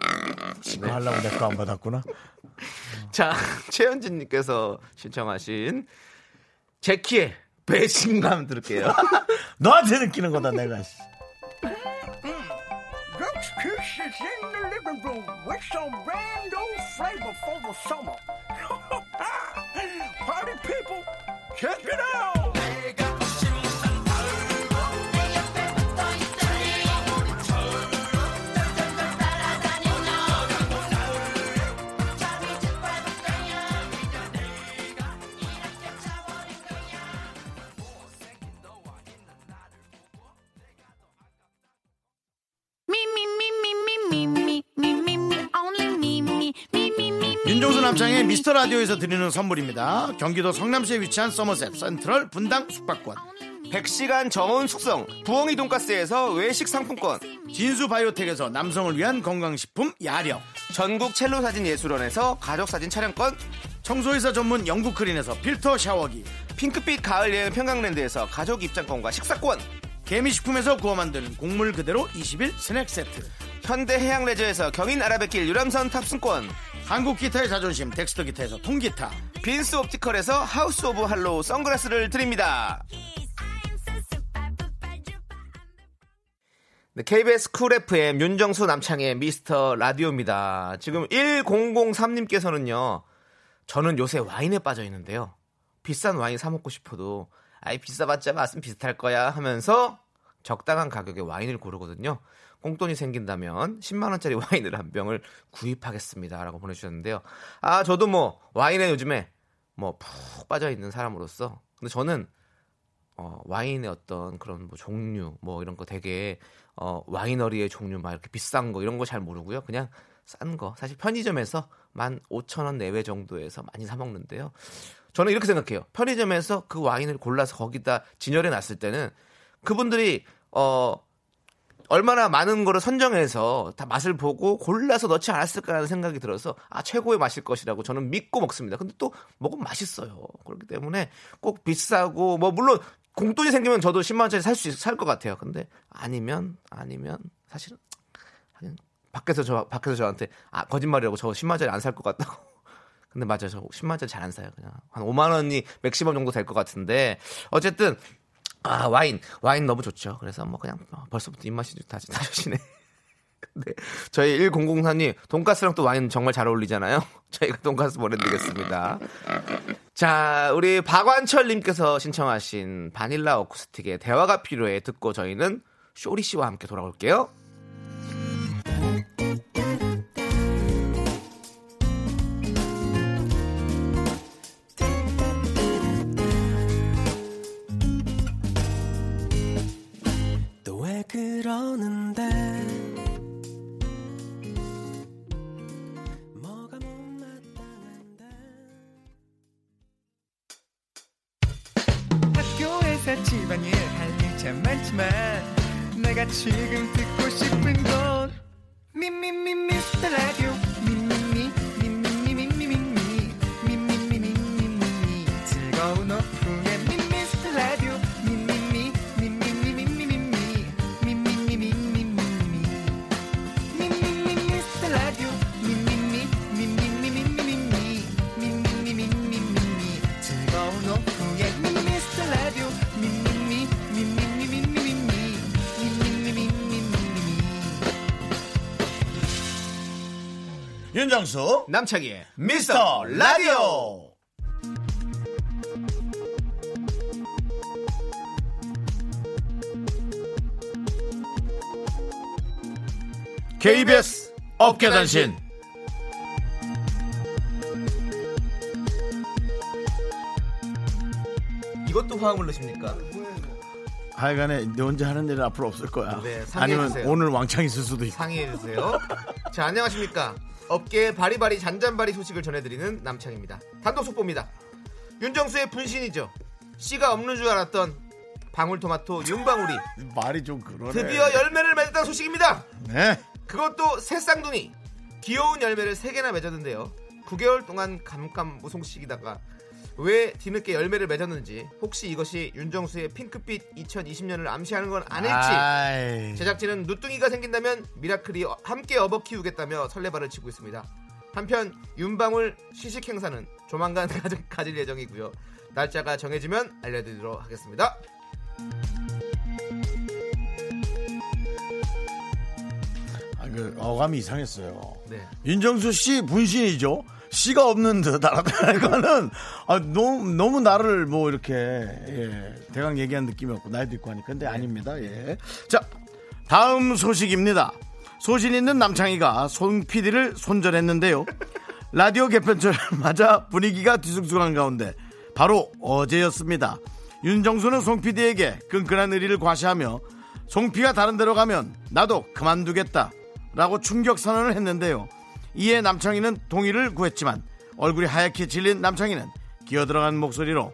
네. 지금 하려고 내 거 안 받았구나. 자 (laughs) 최현진님께서 신청하신 제키의 배신감 들을게요. 너한테 느끼는 거다 내가. 씨. Girls, kisses in the living room with some brand new flavor for the summer. Party people, check it out! Me, me, me, me, me, me, me, me, me, me, only me, me, me, me, me, me. 윤종수 남창의 미스터 라디오에서 드리는 선물입니다. 경기도 성남시에 위치한 서머셋 센트럴 분당 숙박권, 100시간 정원 숙성 부엉이 돈가스에서 외식 상품권 진수 바이오텍에서 남성을 위한 건강식품 야력, 전국 첼로 사진 예술원에서 가족 사진 촬영권 청소회사 전문 영국 크린에서 필터 샤워기, 핑크빛 가을 여행 (laughs) 평강랜드에서 가족 입장권과 식사권 개미식품에서 구워 만든 곡물 그대로 20일 스낵 세트, 현대 해양 레저에서 경인 아라뱃길 유람선 탑승권 한국 기타의 자존심 덱스터 기타에서 통기타, 빈스 옵티컬에서 하우스 오브 할로우 선글라스를 드립니다 I am so super, super, duper. I'm the 네, KBS 쿨 FM 윤정수 남창의 미스터 라디오입니다 지금 1003님께서는요 저는 요새 와인에 빠져 있는데요 비싼 와인 사 먹고 싶어도 아이 비싸봤자 맛은 비슷할 거야 하면서 적당한 가격에 와인을 고르거든요. 공돈이 생긴다면 10만 원짜리 (laughs) 와인을 한 병을 구입하겠습니다라고 보내주셨는데요. 아 저도 뭐 와인에 요즘에 뭐 푹 빠져 있는 사람으로서 근데 저는 어, 와인의 어떤 그런 뭐 종류 뭐 이런 거 되게 어, 와이너리의 종류 막 이렇게 비싼 거 이런 거 잘 모르고요. 그냥 싼 거 사실 편의점에서 15,000원 내외 정도에서 많이 사 먹는데요. 저는 이렇게 생각해요. 편의점에서 그 와인을 골라서 거기다 진열해 놨을 때는 그분들이 어 얼마나 많은 거를 선정해서 다 맛을 보고 골라서 넣지 않았을까라는 생각이 들어서 아 최고의 맛일 것이라고 저는 믿고 먹습니다. 근데 또 먹으면 맛있어요. 그렇기 때문에 꼭 비싸고 뭐 물론 공돈이 생기면 저도 10만 원짜리 살 수 살 것 같아요. 근데 아니면 아니면 사실은 하긴 밖에서 저 밖에서 저한테 아 거짓말이라고 저 10만 원짜리 안 살 것 같다고 (laughs) 근데 맞아요. 저 10만 원짜리 잘 안 사요. 그냥 한 5만 원이 맥시멈 정도 될 것 같은데 어쨌든 (laughs) 아 와인 와인 너무 좋죠. 그래서 뭐 그냥 어, 벌써부터 입맛이 다시 다시네. 네. 저희 1004님, 돈가스랑 또 와인 정말 잘 어울리잖아요. (laughs) 저희가 돈가스 보내드리겠습니다. 자, 우리 박완철님께서 신청하신 바닐라 어쿠스틱의 대화가 필요해 듣고 저희는 쇼리 씨와 함께 돌아올게요. 또 왜 그러는데 뭐가 못마땅한데 학교에서 집안일 할 일 참 많지만 내가 지금 듣고 싶은 건 미미미 미스터 라디오 미미미 미미미 미미미 미미미 미미미 미미미 즐거운 오후에 미미스터 라디오 미미미 미미미 미미미 미미미 미미미 윤정수 남창희의 미스터 라디오 KBS 업계단신 이것도 화음을 넣으십니까? 하여간에 너 혼자 하는 일은 앞으로 없을 거야 네, 상의해 아니면 주세요. 오늘 왕창 있을 수도 있고 상의해주세요. 자, 안녕하십니까. 업계의 바리바리 잔잔바리 소식을 전해드리는 남창입니다. 단독 속보입니다. 윤정수의 분신이죠. 씨가 없는 줄 알았던 방울토마토 윤방울이 네. 말이 좀 그러네 드디어 열매를 맺었다는 소식입니다. 네. 그것도 새 쌍둥이 귀여운 열매를 세개나 맺었는데요 9개월 동안 감감무송식이다가 왜 뒤늦게 열매를 맺었는지 혹시 이것이 윤정수의 핑크빛 2020년을 암시하는 건 아닐지 아이. 음. 제작진은 누뚱이가 생긴다면 미라클이 어- 함께 업어 키우겠다며 설레발을 치고 있습니다 한편 윤방울 시식 행사는 조만간 (laughs) 가질- 가질 예정이고요 날짜가 정해지면 알려드리도록 하겠습니다 아, 그 어감이 이상했어요 네. 윤정수 씨 분신이죠. 씨가 없는 듯 알아다니는 거는 아, 너무, 너무 나를 뭐 이렇게 예, 대강 얘기한 느낌이 없고 나이도 있고 하니까 근데 아닙니다. 예. 자 다음 소식입니다. 소신 있는 남창희가 손 PD를 손절했는데요. 라디오 개편절 (laughs) 맞아 분위기가 뒤숭숭한 가운데 바로 어제였습니다. 윤정수는 송 PD에게 끈끈한 의리를 과시하며 송피가 다른 데로 가면 나도 그만두겠다 라고 충격 선언을 했는데요. 이에 남창희는 동의를 구했지만 얼굴이 하얗게 질린 남창희는 기어들어간 목소리로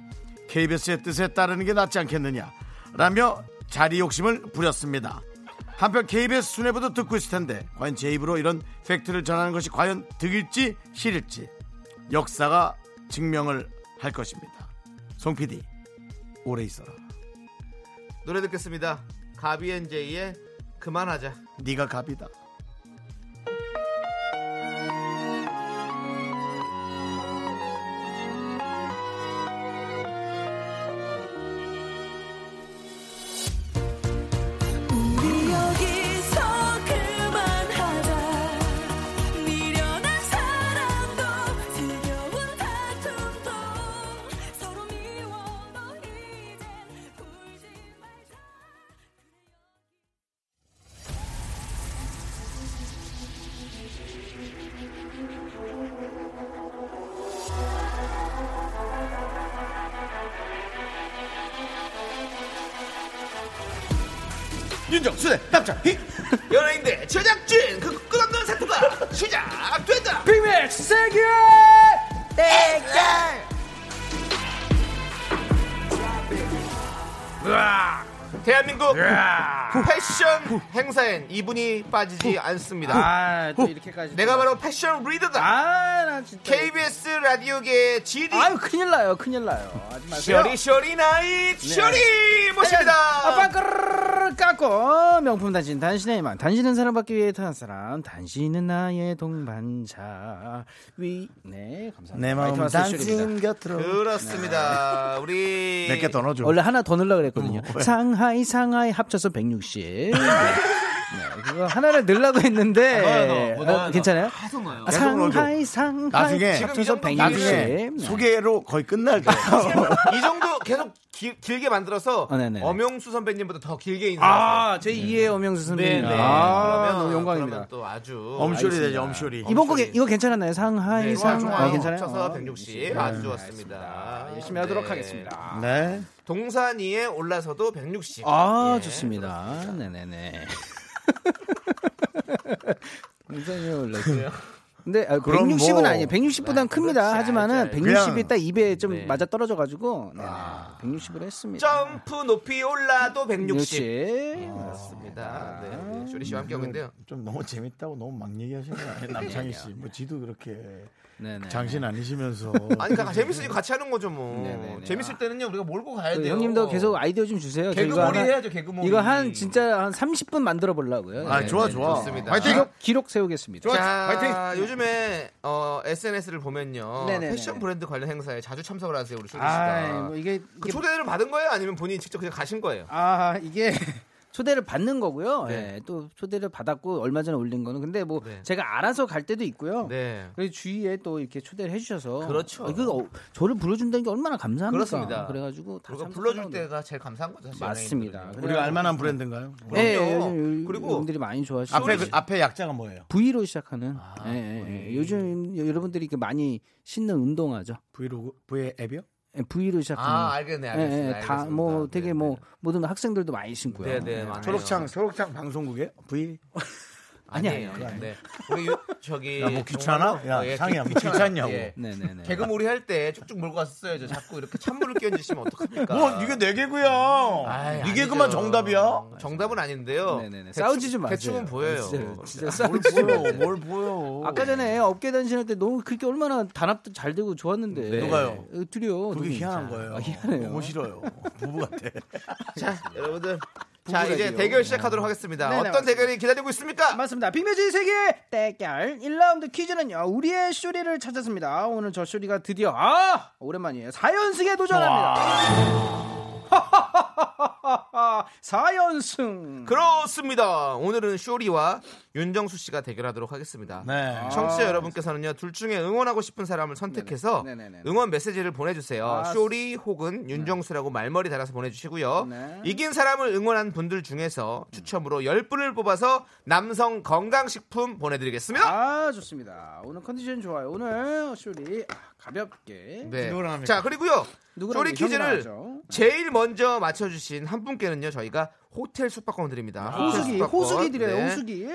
KBS의 뜻에 따르는 게 낫지 않겠느냐 라며 자리 욕심을 부렸습니다. 한편 KBS 순회부도 듣고 있을 텐데 과연 제 입으로 이런 팩트를 전하는 것이 과연 득일지 실일지 역사가 증명을 할 것입니다. 송 PD 오래 있어라. 노래 듣겠습니다 가비앤제이의 그만하자 네가 갑이다. 우리 여기서 그만하자 미련한 사랑도 지겨운 다툼도 서로 미워도 이젠 울지 말자 윤정수의 남창희 연예인대 제작진 그 끝없는 세트가 시작된다 대한민국 패션 행사엔 이분이 빠지지 않습니다 아또 이렇게까지 내가 바로 패션 리더다 아나 진짜 KBS 라디오계의 GD 아유 큰일 나요 큰일 나요 하지 마세요 쇼리 쇼리 나잇 쇼리 모십니다 아빠 끄르르 깎고 명품 단신 단신의 희망 단신은 사랑받기 위해 태어난 사람 단신은 나의 동반자 위네 감사합니다 내 마음 화이트 하우스 쇼리입니다. 당신 곁으로 아. 그렇습니다 우리 몇 개 더 넣어줘 원래 하나 더 넣으려고 그랬거든요 상하이 상하이 합쳐서 160 네. 네, 그거 하나를 넣으려고 했는데 뭐 어, 넣어요. 괜찮아요? 계속 넣어요. 아, 계속 넣어줘. 상하이 상하이 나중에, 합쳐서 네. 지금 이 나중에 160. 소개로 거의 끝날 때. (laughs) 이 정도 계속 기- 길게 만들어서 어, 네네. 엄영수 선배님보다 더 길게 인사하세요. 아제 2의 엄영수 선배님. 네. 아 그러면 너무 영광입니다. 그러면 또 아주 네, 엄쇼리 되죠, 알겠습니다. 엄쇼리. 이번 곡 이거 괜찮았나요? 상하이 좋아, 상하이 좋아. 아, 괜찮아요? 쳐서 어, 160. 아주 좋았습니다. 열심히 하도록 네. 하겠습니다. 네. 동산 위에 올라서도 160. 아 예, 좋습니다. 네네네. (laughs) 굉장히 올랐어요. 근데 아, 그럼 160은 뭐- 아니에요. 160보단 큽니다. 하지만은 알죠. 160이 그냥- 딱 입에 좀 네. 맞아 떨어져가지고 160을 했습니다. 점프 높이 올라도 160. 160. 아. 맞습니다. 네, 우리 쇼리 씨와 함께 하고 있는데요. 네. 좀 너무 재밌다고 너무 막 얘기하시는 거 아니에요? 남창희 씨. 뭐 지도 그렇게 네네. 장신 아니시면서. 아니, 그러니까 재밌으니까 같이 하는 거죠, 뭐. 네네네. 재밌을 때는요, 우리가 몰고 가야 그 돼요. 형님도 계속 아이디어 좀 주세요. 저 이거 네. 개그몰이 하나- 해야죠, 개그몰이. 이거 한 진짜 한 30분 만들어 보려고요. 네. 아, 좋아, 좋아. 네, 좋습니다. 화이팅! 기록, 기록 세우겠습니다. 자, 요즘에 어, SNS를 보면요 네네네. 패션 브랜드 관련 행사에 자주 참석을 하세요 우리 쇼리 아이, 씨가. 뭐 이게, 이게 그 초대를 받은 거예요? 아니면 본인이 직접 그냥 가신 거예요? 아 이게 (laughs) 초대를 받는 거고요. 네. 예, 또 초대를 받았고 얼마 전에 올린 거는 근데 뭐 네. 제가 알아서 갈 때도 있고요. 네. 그리고 주위에 또 이렇게 초대를 해주셔서 그렇죠. 아, 이거 어, 저를 불러준다는 게 얼마나 감사합니까? 그렇습니다. 그래가지고 다 우리가 참석하려고 불러줄 그래요. 때가 제일 감사한 거죠. 사실 맞습니다. 연예인들은요. 우리가 알만한 브랜드인가요? 예, 예, 그럼요. 요즘 그리고 그리고 분들이 많이 좋아하시고 앞에, 그- 앞에 약자가 뭐예요? V로 시작하는 아, 예, 예, 예. 요즘 여러분들이 이렇게 많이 신는 운동화죠. 브이로그, 브이 앱이요? 예, V로 시작하는 아 알겠네, 알겠습니다. 다 뭐 알겠습니다. 되게 네, 뭐 모든 학생들도 많이 신고요. 예. 네, 네, 맞아요. 초록창, 초록창 방송국에 브이. 아니, 아니에요. 아니에요. 네. 우리 유- 저기 야, 뭐 귀찮아? 정말로? 야, 어, 예, 상이야, 뭐 귀찮아요. 귀찮냐고. 예. 네, 네, 네. 개그몰이 할 때 쭉쭉 몰고 왔었어야죠. 자꾸 이렇게 찬물을 끼얹으시면 어떡합니까? 뭐, 이게 내 개구야. 아이, 네 아니죠. 개구만 정답이야. 정답은 아닌데요. 네네네. 대충- 싸우지 좀 마세요. 대충은 보여요. 진짜, 진짜 뭘 싸우지 보여, 마세요. 뭘 보여. 아까 네. 전에 업계 단신할 때 너무 그렇게 얼마나 단합도 잘 되고 좋았는데 네. 누가요? 어, 둘이요. 그게 너무 희한한 진짜. 거예요. 네. 아, 희한해요. 너무 싫어요. 부부 같아. 자, 여러분들. 자, 부부라디오. 이제 대결 시작하도록 하겠습니다. 네. 네네, 어떤 대결이 기다리고 있습니까? 맞습니다. 빅매진 세계 대결 1라운드 퀴즈는요. 우리의 쇼리를 찾았습니다. 오늘 저 쇼리가 드디어 아 오랜만이에요. 4연승에 도전합니다. (laughs) 사연승 그렇습니다. 오늘은 쇼리와 윤정수 씨가 대결하도록 하겠습니다. 아, 네. 청취자 여러분께서는요 둘 중에 응원하고 싶은 사람을 선택해서 네네네. 응원 메시지를 보내주세요. 아, 쇼리 혹은 윤정수라고 말머리 달아서 보내주시고요. 네. 이긴 사람을 응원한 분들 중에서 추첨으로 10분을 뽑아서 남성 건강식품 보내드리겠습니다. 아 좋습니다. 오늘 컨디션 좋아요. 오늘 쇼리 아, 가볍게 네. 누구랑 합니까? 자 그리고요 누구랑 쇼리 합니까? 퀴즈를 정답하죠. 네. 제일 먼저 맞춰주신 한 분께는요 저희가 호텔 숙박권 드립니다. 호텔 아, 아, 호수기 숙박권. 호수기 드려요. 네. 호수기.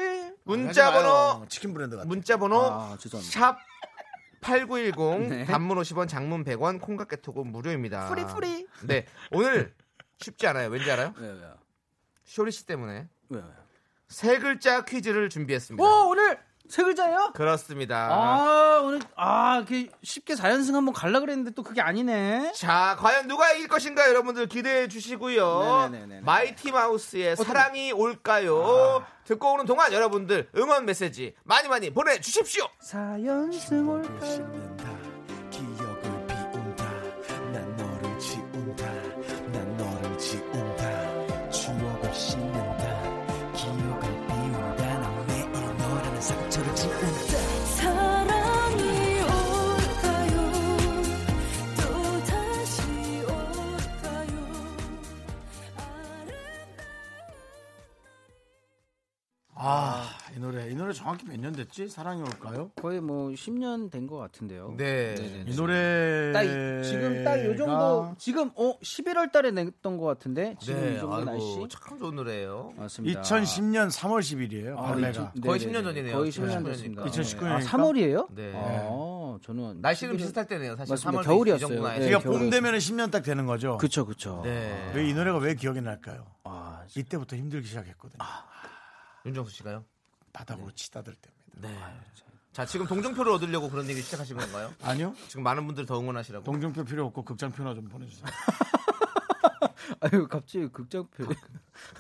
문자 번호 치킨 브랜드 같아. 문자번호 아, 죄송합니다. 샵 8910, (laughs) 네. 단문 50원, 장문 100원, 콩깍개톡은 무료입니다. 뿌리뿌리. 네, 오늘 쉽지 않아요. 왠지 알아요? 네, 왜 왜요? 쇼리 씨 때문에 왜 왜요? 세 글자 퀴즈를 준비했습니다. 오 어, 오늘 세 글자예요? 그렇습니다. 아 오늘 아 그 쉽게 4연승 한번 갈라 그랬는데 또 그게 아니네. 자, 과연 누가 이길 것인가 여러분들 기대해 주시고요. 네네네네네. 마이티 마우스의 사랑이 올까요? 아. 듣고 오는 동안 여러분들 응원 메시지 많이 많이 보내 주십시오. 4연승 올까? 씹는다 기억을 비운다 난 너를 지운다 난 너를 지운다 추억을 씻는다 기억을 비운다 난 매일 너라는 상처를 지운다 사랑이 올까요? 또 다시 올까요? 아, 이 노래. 이 노래 정확히 몇 년 됐지? 사랑이 올까요? 거의 뭐 10년 된 것 같은데요. 네. 이 노래. 딱 이- 지금 딱 요 아. 정도 지금 어 11월 달에 냈던 것 같은데 지금 이 정도 네, 아이고, 날씨 참 좋은 노래예요. 맞습니다. 2010년 3월 10일이에요. 아, 발매가. 이천- 거의 네네네. 10년 전이네요. 거의 2019 10년 년이니까. 됐습니다. 2019 아, 년이니까? 3월이에요? 네. 아, 저는 날씨는 11월 비슷할 때네요. 사실 맞습니다. 3월 겨울이었어요. 네, 그러니까 네. 봄 겨울. 되면 10년 딱 되는 거죠. 그쵸 그쵸. 네. 왜 이 노래가 왜 기억이 날까요? 아, 이때부터 힘들기 시작했거든요. 윤정수 씨가요? 아, 바닥으로 치다들 때입니다. 네. 자, 지금 동정표를 얻으려고 그런 얘기 시작하신 (laughs) 건가요? 아니요. 지금 많은 분들 더 응원하시라고. 동정표 필요 없고 극장표나 좀 보내주세요. (laughs) 아유 갑자기 극장표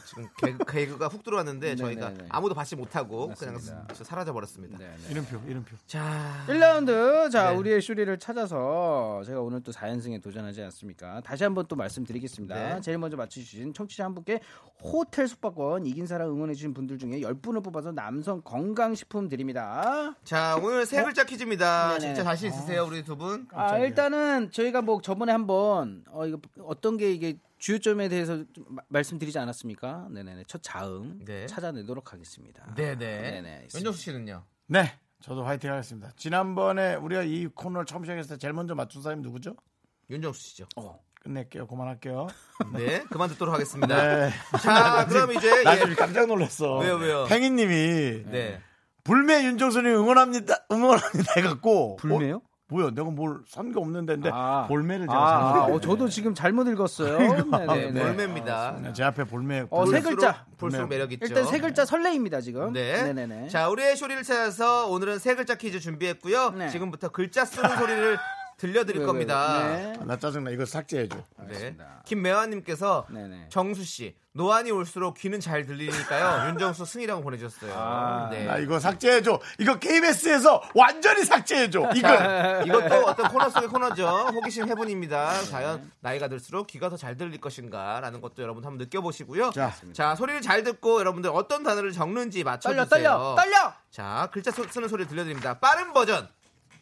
지금 개그, 개그가 훅 들어왔는데 네, 저희가 네, 네. 사람도 받지 못하고 맞습니다. 그냥 사라져 버렸습니다. 네, 네. 이름표, 이름표. 자, 1라운드 자 네. 우리의 슈리를 찾아서 제가 오늘 또 4연승에 도전하지 않습니까 다시 한번 또 말씀드리겠습니다 네. 제일 먼저 맞춰주신 청취자 한 분께 호텔 숙박권 이긴 사람 응원해주신 분들 중에 10분을 뽑아서 남성 건강식품 드립니다 자 오늘 세 글자 퀴즈입니다. 어? 네네. 진짜 자신 있으세요, 우리 두 분? 아, 일단은 저희가 뭐 저번에 한번 어, 이거 어떤 게 이게 주요점에 대해서 좀 마- 말씀드리지 않았습니까 네네네 첫 자음 네. 찾아내도록 하겠습니다 네네. 있습니다. 윤정수 씨는요? 네, 저도 화이팅 하겠습니다. 지난번에 우리가 이 코너를 처음 시작했을 때 제일 먼저 맞춘 사람이 누구죠? 윤정수 씨죠. 어. 끝낼게요. 그만할게요. 네, 그만 듣도록 하겠습니다. 네. (laughs) 자, 그럼 이제 나 예. 지금 깜짝 놀랐어. (laughs) 왜요, 왜요? 팽이님이 네. 불매 윤정수님 응원합니다. 응원합니다. 해갖고 불매요? 어, 뭐야? 내가 뭘 산 게 없는데 근데 아. 볼매를 제가 아, 아, 산 어, 거예요. 저도 지금 잘못 읽었어요 네, 네네네. 몰매입니다. 네, 제 앞에 볼매. 어, 세 볼수록- 글자. 볼수록 매력 있죠. 일단 세 글자 설레입니다 지금. 네. 네네 자, 우리의 쇼리를 찾아서 오늘은 세 글자 퀴즈 준비했고요. 네. 지금부터 글자 (laughs) 쓰는 소리를 들려드릴 겁니다. 네. 아, 나 짜증나. 이거 삭제해줘. 네. 알겠습니다. 김매화님께서 네네. 정수 씨 노안이 올수록 귀는 잘 (laughs) 들리니까요. 윤정수 승이라고 보내주셨어요. 아, 예. 네. 나 이거 삭제해줘. 이거 KBS에서 완전히 삭제해줘. 이거. (laughs) (laughs) 이것도 어떤 코너 속의 코너죠. 호기심 해분입니다. 네. 과연 나이가 들수록 귀가 더 잘 들릴 것인가라는 것도 여러분 한번 느껴보시고요. 자. 자, 소리를 잘 듣고 여러분들 어떤 단어를 적는지 맞춰주세요. 떨려 떨려 떨려. 자, 글자 소- 쓰는 소리 들려드립니다. 빠른 버전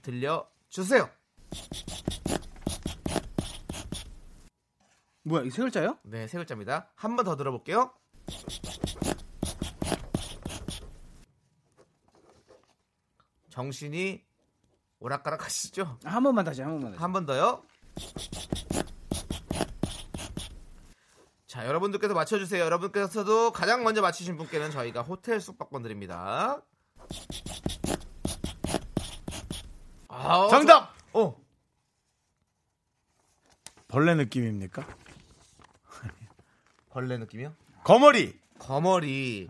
들려주세요. 뭐야 이 세 글자요? 네, 세 글자입니다. 한 번 더 들어볼게요. 정신이 오락가락 하시죠? 아, 한 번만 다시 한 번만 다시. 한 번 더요. 자, 여러분들께서 맞춰주세요. 여러분께서도 가장 먼저 맞히신 분께는 저희가 호텔 숙박권 드립니다. 아우, 정답. 저- 어, 벌레 느낌입니까? 벌레 느낌이요? 거머리. 거머리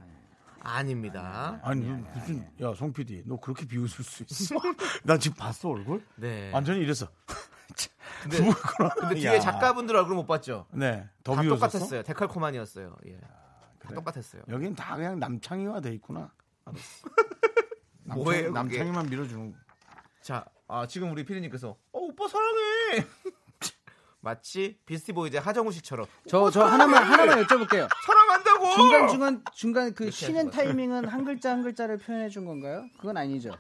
아닙니다. 아니, 너 무슨 야, 송 PD. 너 그렇게 비웃을 수 있어? (laughs) 나 지금 봤어, 얼굴? 네. 완전히 이랬어. (laughs) 근데, 누구구나. 근데 야. 뒤에 작가분들 얼굴 못 봤죠? 네. 더 다 비웃었어. 똑같았어요. 데칼코만이었어요. 예. 다 똑같았어요. 여긴 다 그냥 남창희화 돼 있구나. 남창- 뭐예요, 그게? 남창희만 밀어주는. 거. 자, 아, 지금 우리 피디님께서 어, 오빠 사랑해. (laughs) 마치 비스티보이즈 하정우 씨처럼 저 저 하나만 하나만 여쭤볼게요. 사랑한다고. 중간 중간 중간 그 쉬는 하는 거예요. 타이밍은 한 글자 한 글자를 표현해 준 건가요? 그건 아니죠.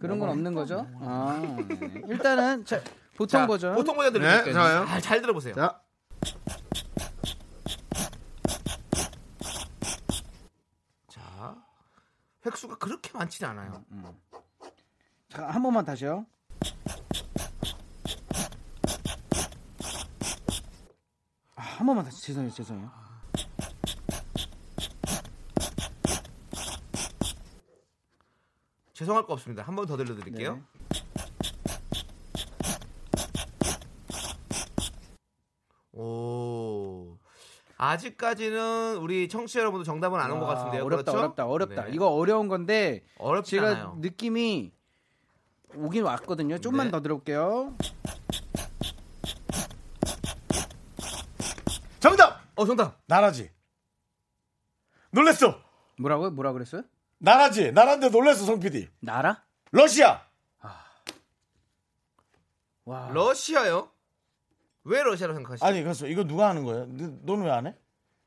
그런 건 없는 거죠. 아, 네네. 일단은 자, 보통 자, 버전. 보통 버전 들을게요. 좋아요. 잘, 잘 들어보세요. 자. 자, 획수가 그렇게 많지는 않아요. 자, 한 번만 다시요. 아, 한 번만 다시 죄송해요 죄송해요. 죄송할 거 없습니다. 한 번 더 들려드릴게요. 네. 오. 아직까지는 우리 청취자 여러분도 정답은 안 온 것 아, 같은데요. 어렵다, 그렇죠? 어렵다, 어렵다. 네. 이거 어려운 건데 어렵지 제가 않아요. 느낌이 오긴 왔거든요. 좀만 네. 더 들어볼게요. 정답. 어, 정답. 나라지. 놀랬어. 뭐라고요? 뭐라 그랬어요? 나라지. 나라인데 놀랬어, 송 PD. 나라? 러시아. 와. 러시아요? 왜 러시아라고 생각하시죠? 아니, 그래서 이거 누가 하는 거야? 넌 왜 안 해?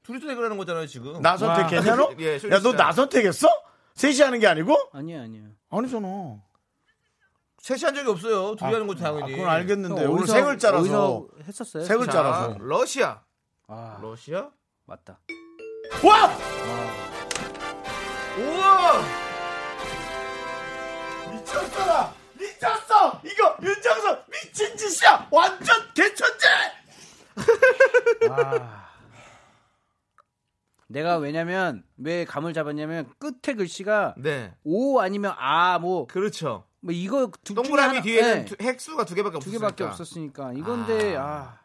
둘이서 해결하는 거잖아요, 지금. 나 선택했냐 너? (laughs) 예, 야, 너 나 선택했어? 셋이 하는 게 아니고? 아니요, 아니요. 아니잖아. 셋이 한 적이 없어요. 둘이 하는 거죠, 아, 당연히. 그건 알겠는데 형, 오늘 어디서- 세 글자라서 어디서 했었어요. 세 자, 글자라서. 러시아. 아, 러시아? 맞다. 와! 우와! 미쳤어라! 미쳤어! 이거 윤정수 미친 짓이야! 완전 개천재! 내가 왜냐면 왜 감을 잡았냐면 끝에 글씨가 네. 오 아니면 아뭐뭐 그렇죠. 이거 두 중에 동그라미 하나- 뒤에는 네, 두- 핵수가 두 개밖에 두 없었어요. 개밖에 없었으니까 이건데 아,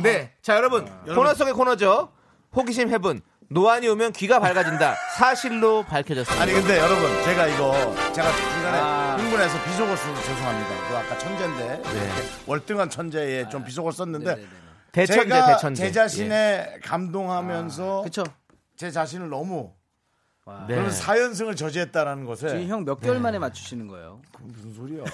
네. 자, 여러분. 코너 속의 코너죠. 호기심 해분. 노안이 오면 귀가 밝아진다. 사실로 밝혀졌습니다. 아니 근데 여러분 제가 이거 제가 중간에 아. 흥분해서 비속어 써서 죄송합니다. 그 아까 천재인데 이렇게 월등한 천재에 좀 비속어 썼는데 네네네. 대천대, 제가 대천대. 제 자신에 감동하면서 아, 그쵸? 제 자신을 너무 네. 그런 사연승을 저지했다라는 것에 지금 형 몇 개월 만에 맞추시는 거예요. 무슨 소리야?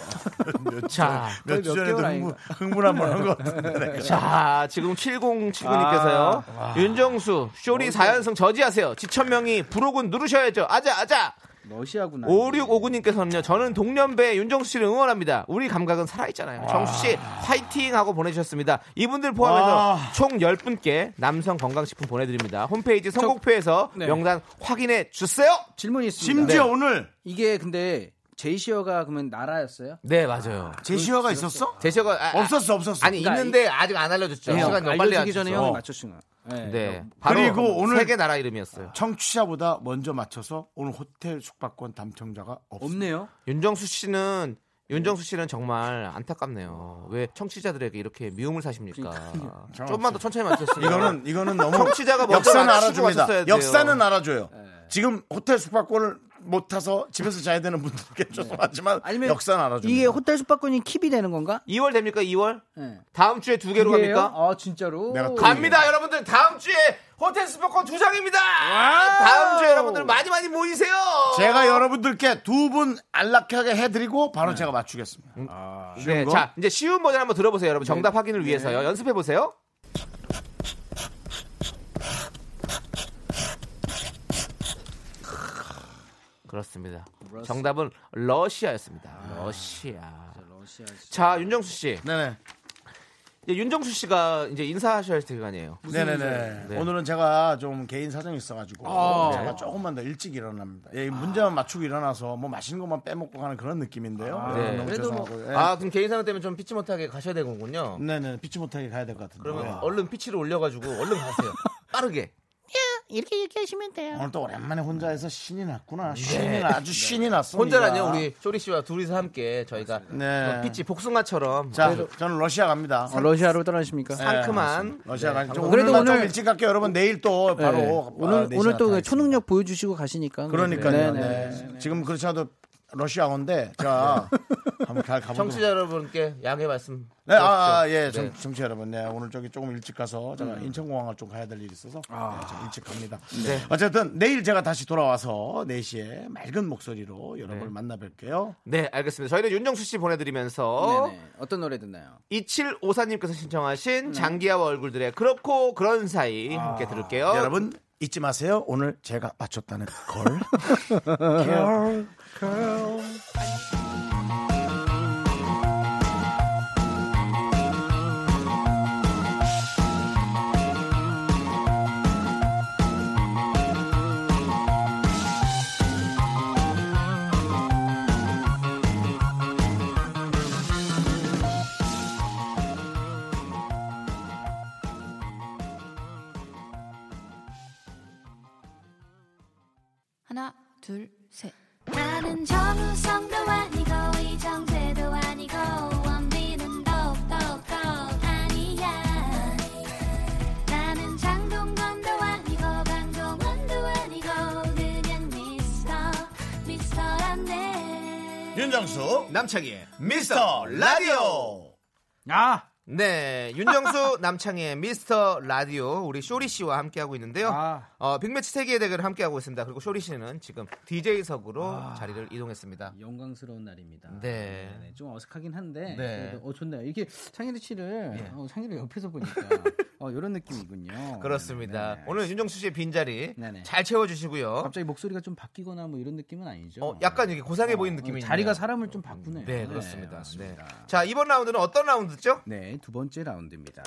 자, 거의 몇 몇 주 전에도 개월 흥분, 아닌가? 흥분 한번 한 것 같은데. 내가. 자, 지금 7079님께서요. 윤정수, 쇼리 4연승 저지하세요. 지천명이 부록은 누르셔야죠. 아자, 아자! 러시아구나. 5659님께서는요, 저는 동년배 윤정수 씨를 응원합니다. 우리 감각은 살아있잖아요. 정수 씨, 화이팅! 하고 보내주셨습니다. 이분들 포함해서 와. 총 10분께 남성 건강식품 보내드립니다. 홈페이지 선곡표에서 네. 명단 확인해 주세요! 질문이 있습니다. 심지어 네. 오늘 이게 근데 제이시어가 그러면 나라였어요? 네, 맞아요. 제시어가 있었어? 대셔가, 아, 없었어, 없었어. 아니, 그러니까 있는데 아직 안 알려줬죠. 네, 시간 형, 너무 빨리 알려주기 전에 알려줬어. 형이 어. 맞추신 거. 네. 네. 그리고 오늘- 세계 나라 이름이었어요. 청취자보다 먼저 맞춰서 오늘 호텔 숙박권 담청자가 없어. 없네요. 윤정수 씨는 네. 윤정수 씨는 정말 안타깝네요. 왜 청취자들에게 이렇게 미움을 사십니까? 좀만 더 천천히 맞췄으면 이거는 이거는 너무 뭐 청취자가 먼저 역사는 맞추고 알아줍니다. 왔었어야 돼요. 네. 역사는 알아줘요. 지금 호텔 숙박권을 못 타서 집에서 자야 되는 네. 분들께 죄송하지만 아니면 역사는 알아줍니다. 이게 호텔 숙박권이 킵이 되는 건가? 2월 됩니까? 2월? 네. 다음 주에 두 어, 개로 그게요? 갑니까? 아 진짜로? 내가 갑니다, 여러분들. 다음 주에 호텔 스포권 두 장입니다. 다음 주에 여러분들 많이 많이 모이세요. 제가 여러분들께 두 분 안락하게 해드리고 바로 제가 맞추겠습니다. 아. 네, 자 이제 쉬운 버전 한번 들어보세요, 여러분. 정답 확인을 위해서요. 연습해 보세요. 그렇습니다. 정답은 러시아였습니다. 러시아. 자 윤정수 씨, 네네. 이제 윤정수 씨가 이제 인사하셔야 될 시간이에요. 네네네. 네. 아. 오늘은 제가 좀 개인 사정이 있어가지고 제가 조금만 더 일찍 일어납니다. 예, 이 문제만 맞추고 일어나서 뭐 맛있는 것만 빼먹고 가는 그런 느낌인데요. 네, 네. 너무 그래도 뭐- 죄송하고요. 예. 아 그럼 개인 상황 때문에 좀 피치 못하게 가셔야 되는군요. 네네. 피치 못하게 가야 될 것 같은데. 그러면 예. 얼른 피치를 올려가지고 얼른 (laughs) 가세요. 빠르게. 이렇게 얘기하시면 돼요. 오늘 또 오랜만에 혼자 해서 신이 났구나. 신이 나, 아주 신이 났어. 예. 혼자라뇨 네가. 우리 쇼리 씨와 둘이서 함께 저희가 네. 어, 피치 복숭아처럼 자, 저는 러시아 갑니다. 어, 러시아로 떠나십니까? 네, 상큼한 러시아 가니까 좀 그래도 그래도 오늘 좀 오늘- 일찍 갈게요. 여러분 내일 또 바로 네. 아, 오늘 네 시간 오늘 또 가겠습니다. 그 초능력 보여주시고 가시니까. 그러니까요. 네, 네. 네. 지금 그렇지 않아도 러시아어인데 자 한번 잘 가보도록. 청취자 여러분께 양해 말씀. 네, 아, 아, 드렸죠. 예, 네. 청, 청취자 여러분, 네, 오늘 저기 조금 일찍 가서 제가 인천공항을 좀 가야 될 일이 있어서 네, 좀 일찍 갑니다. 어쨌든 내일 제가 다시 돌아와서 4시에 맑은 목소리로 여러분을 만나 뵐게요. 네, 알겠습니다. 저희는 윤정수 씨 보내드리면서 네네. 어떤 노래 듣나요? 2754님께서 신청하신 음. 장기하와 얼굴들의 그렇고 그런 사이 함께 들을게요. 아, 여러분 잊지 마세요. 오늘 제가 맞췄다는 걸. (laughs) 걸. 하나, 둘, 셋. 나는 정우성도 아니고 이정재도 아니고 원빈은 더욱더 아니야. 나는 장동건도 아니고 강동원도 아니고 그냥 미스터 미스터란데. 윤정수 남창희의 미스터 라디오. 아, 네, 윤정수 (laughs) 남창희의 미스터 라디오 우리 쇼리 씨와 함께 하고 있는데요. 아. 어, 빅매치 세계의 대결을 함께 하고 있습니다. 그리고 쇼리 씨는 지금 DJ석으로 자리를 이동했습니다. 영광스러운 날입니다. 네. 네네. 좀 어색하긴 한데. 네. 예. 그래도 어 좋네요. 이게 창일이 씨를 어, 창일이 (laughs) 옆에서 보니까 어, 이런 느낌이군요. 그렇습니다. 네네. 오늘 윤정수 씨의 빈자리 네네. 잘 채워주시고요. 갑자기 목소리가 좀 바뀌거나 뭐 이런 느낌은 아니죠. 어, 약간 이게 고상해 보이는 느낌이 자리가 있네요. 사람을 좀 바꾸네요. 네, 그렇습니다. 네, 맞습니다. 자, 이번 라운드는 어떤 라운드죠? 네, 두 (laughs) 번째 라운드입니다.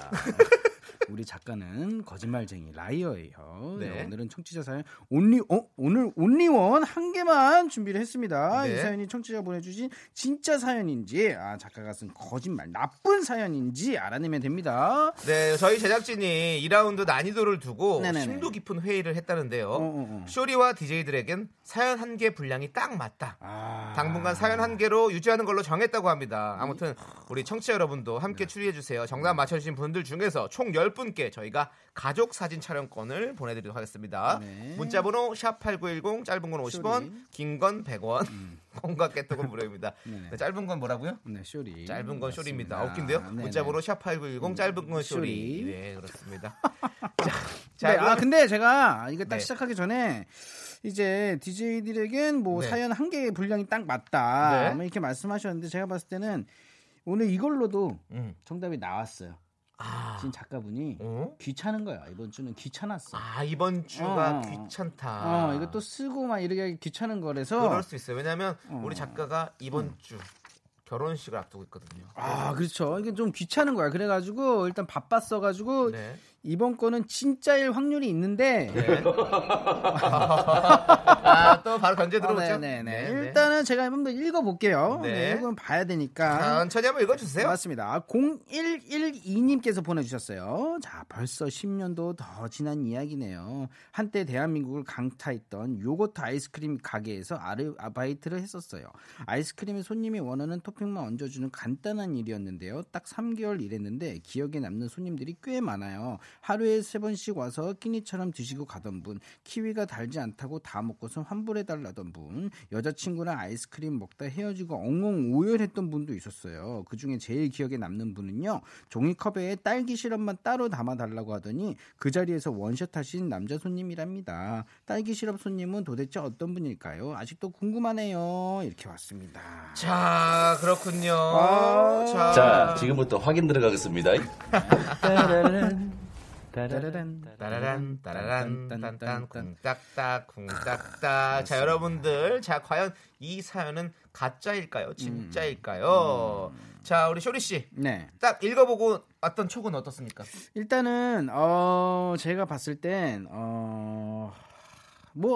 우리 작가는 거짓말쟁이 라이어예요. 네. 네, 오늘은 청취자 사연 온리 어, 오늘 온리원 한 개만 준비를 했습니다. 네. 이 사연이 청취자 보내주신 진짜 사연인지 아 작가가 쓴 거짓말 나쁜 사연인지 알아내면 됩니다. 네, 저희 제작진이 2라운드 난이도를 두고 네네네. 심도 깊은 회의를 했다는데요. 어, 어. 쇼리와 DJ들에겐 사연 한 개 분량이 딱 맞다. 아, 음. 당분간 사연 한 개로 유지하는 걸로 네. 정했다고 합니다. 아무튼 우리 청취자 여러분도 함께 추리해 주세요. 정답 맞춰 주신 분들 중에서 총 10분께 저희가 가족 사진 촬영권을 보내드리도록 하겠습니다. 네. 문자번호 샵 #8910 짧은 건 50원, 쇼리. 음. 긴 건 100원, (laughs) 콩과 깨톡은 무료입니다. 네네. 네, 짧은 건 뭐라고요? 네, 쇼리. 짧은 건 쇼리입니다. 아, 맞습니다. 웃긴데요? 네네. 문자번호 샵8910 짧은 건 쇼리. 쇼리. 네, (laughs) 그렇습니다. 네, 그럼- 아 근데 제가 이거 딱 네. 시작하기 전에 이제 DJ들에겐 뭐 네. 사연 한 개의 분량이 딱 맞다 네. 뭐 이렇게 말씀하셨는데 제가 봤을 때는 오늘 이걸로도 음. 정답이 나왔어요. 아, 지금 작가분이 어? 귀찮은 거야 이번 주는 귀찮았어. 아, 이번 주가 어. 귀찮다. 어 이거 또 쓰고 막 이렇게 귀찮은 거라서 아. 그럴 수 있어요. 왜냐하면 우리 작가가 이번 음. 주 결혼식을 앞두고 있거든요. 아 그렇죠 이게 좀 귀찮은 거야 그래가지고 일단 바빴어가지고 네. 이번 거는 진짜일 확률이 있는데 네. (laughs) 아, 또 바로 던져 들어오죠. 어, 네, 네, 네. 일단은 제가 한번 읽어볼게요. 네. 네. 이건 봐야 되니까. 천천히 한번 읽어주세요. 맞습니다. 0112님께서 보내주셨어요. 자, 벌써 10년도 더 지난 이야기네요. 한때 대한민국을 강타했던 요거트 아이스크림 가게에서 아르바이트를 했었어요. 아이스크림에 손님이 원하는 토핑만 얹어주는 간단한 일이었는데요. 딱 3개월 일했는데 기억에 남는 손님들이 꽤 많아요. 하루에 세 번씩 와서 끼니처럼 드시고 가던 분, 키위가 달지 않다고 다 먹고선 환불해달라던 분, 여자친구랑 아이스크림 먹다 헤어지고 엉엉 오열했던 분도 있었어요. 그 중에 제일 기억에 남는 분은요, 종이컵에 딸기 시럽만 따로 담아달라고 하더니 그 자리에서 원샷 하신 남자 손님이랍니다. 딸기 시럽 손님은 도대체 어떤 분일까요? 아직도 궁금하네요. 이렇게 왔습니다. 자, 그렇군요. 자, 자, 지금부터 확인 들어가겠습니다. 따라란. 따라란 따라란 딴딴 쿵딱딱 쿵딱딱 자 여러분들 자 과연 이 사연은 가짜일까요 진짜일까요 음. 자 우리 쇼리 씨딱 (laughs) 네. 읽어보고 왔던 촉은 어떻습니까 일단은 어 제가 봤을 땐어뭐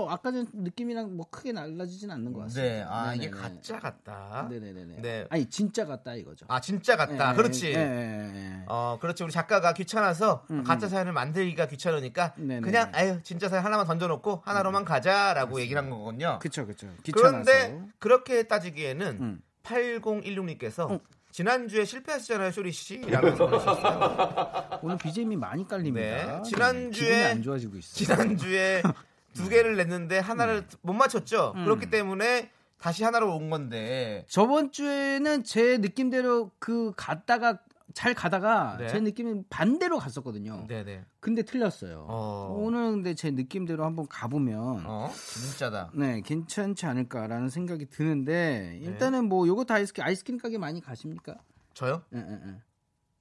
아까 전 느낌이랑 뭐 크게 달라지진 않는 것 같습니다. 네 아 이게 네네네. 가짜 같다 네네네네. 네. 아니 진짜 같다 이거죠. 아 진짜 같다 네, 그렇지 네, 네, 네. 어 그렇지 우리 작가가 귀찮아서 가짜 사연을 만들기가 귀찮으니까 음, 네네네. 그냥 아유 진짜 사연 하나만 던져놓고 하나로만 가자라고 얘기를 한 거군요 그쵸 그쵸. 귀찮아서. 그런데 그렇게 따지기에는 음. 8016님께서 지난주에 실패하시잖아요, 쇼리 씨. 라고 (laughs) 보내셨어요. 오늘 BGM이 많이 깔립니다. 네, 지난주에- 기분이 안 좋아지고 있어요. 지난주에 두 개를 냈는데 하나를 음. 못 맞췄죠. 그렇기 때문에 다시 하나로 온 건데. 저번 주에는 제 느낌대로 그 갔다가 잘 가다가 네. 제 느낌이 반대로 갔었거든요. 네네. 근데 틀렸어요. 어. 오늘 근데 제 느낌대로 한번 가보면 어, 진짜다. 네, 괜찮지 않을까라는 생각이 드는데 네. 일단은 뭐 요거트 아이스크림 아이스크림 가게 많이 가십니까? 저요? 예, 예, 예.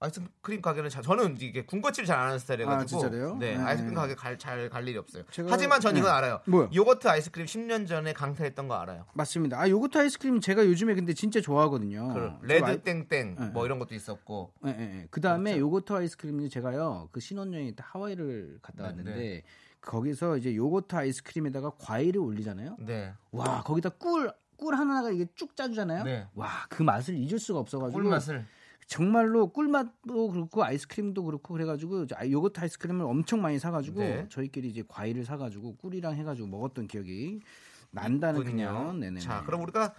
아이스크림 가게는 자- 저는 이게 군것질 잘 안 하는 스타일이라서 아, 진짜로요? 네, 네. 아이스크림 가게 갈, 잘 갈 일이 없어요. 제가- 하지만 전 이건 네. 알아요. 뭐요? 요거트 아이스크림 10년 전에 강타했던 거 알아요. 맞습니다. 아 요거트 아이스크림 제가 요즘에 근데 진짜 좋아하거든요. 그 좀 레드 어, 아이- 땡땡 네. 뭐 이런 것도 있었고. 예, 예, 예. 그 다음에 요거트 아이스크림이 제가요 그 신혼여행 때 하와이를 갔다 네, 왔는데 네. 거기서 이제 요거트 아이스크림에다가 과일을 올리잖아요. 네. 와 거기다 꿀 꿀 하나가 이게 쭉 짜주잖아요. 네. 와 그 맛을 잊을 수가 없어가지고 꿀맛을 정말로 꿀맛도 그렇고 아이스크림도 그렇고 그래가지고 저 아이- 요거트 아이스크림을 엄청 많이 사가지고 네. 저희끼리 이제 과일을 사가지고 꿀이랑 해가지고 먹었던 기억이 난다는 그냥 네네 자, 그럼 우리가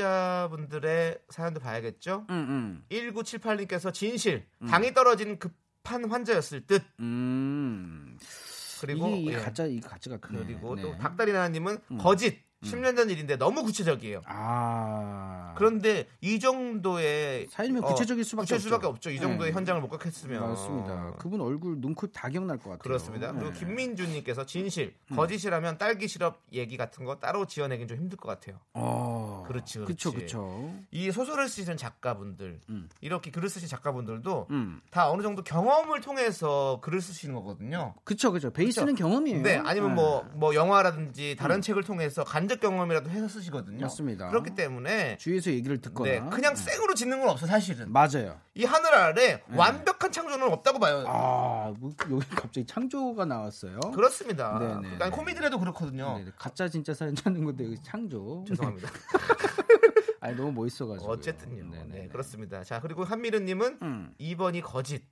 청취자분들의 사연도 봐야겠죠? 음, 응응 1978님께서 진실, 당이 떨어진 급한 환자였을 듯. 음 그리고 이게 이 예. 가짜 이 가짜가 크네 그리고 네. 음. 또 닭다리 나나님은 거짓. 10년 전 일인데 너무 구체적이에요. 아 그런데 이 정도의 어, 사연이면 구체적일 수밖에 구체적일 수밖에 없죠. 없죠. 이 정도의 네. 현장을 목격했으면 맞습니다 그분 얼굴 눈코 다 기억날 것 같아요 그렇습니다. 그리고 네. 음. 김민주님께서 진실, 거짓이라면 딸기 시럽 얘기 같은 거 따로 지어내긴 좀 힘들 것 같아요. 어 그렇지, 그렇지. 그쵸 그쵸 이 소설을 쓰시는 작가분들 이렇게 글을 쓰신 작가분들도 음 다 어느 정도 경험을 통해서 글을 쓰시는 거거든요. 그쵸 그쵸 베이스는 경험이에요 네, 아니면 뭐 뭐 네. 음. 영화라든지 다른 책을 통해서 간접 경험이라도 해서 쓰시거든요. 맞습니다. 그렇기 때문에 주위에서 얘기를 듣거나 네, 그냥 네. 생으로 짓는 건 없어 사실은. 맞아요 이 하늘 아래 완벽한 창조는 없다고 봐요. 네. 아, 뭐, 여기 (laughs) 갑자기 창조가 나왔어요. 그렇습니다. 네, 네, 그러니까 네. 코미디라도 그렇거든요. 네, 네. 가짜 진짜 사연 찾는 건데 여기 창조. 죄송합니다. (laughs) 아니 너무 (laughs) 멋있어가지고. 어쨌든요. 네, 네, 네, 네. 그렇습니다. 자, 그리고 한미르님은 음. 2번이 거짓.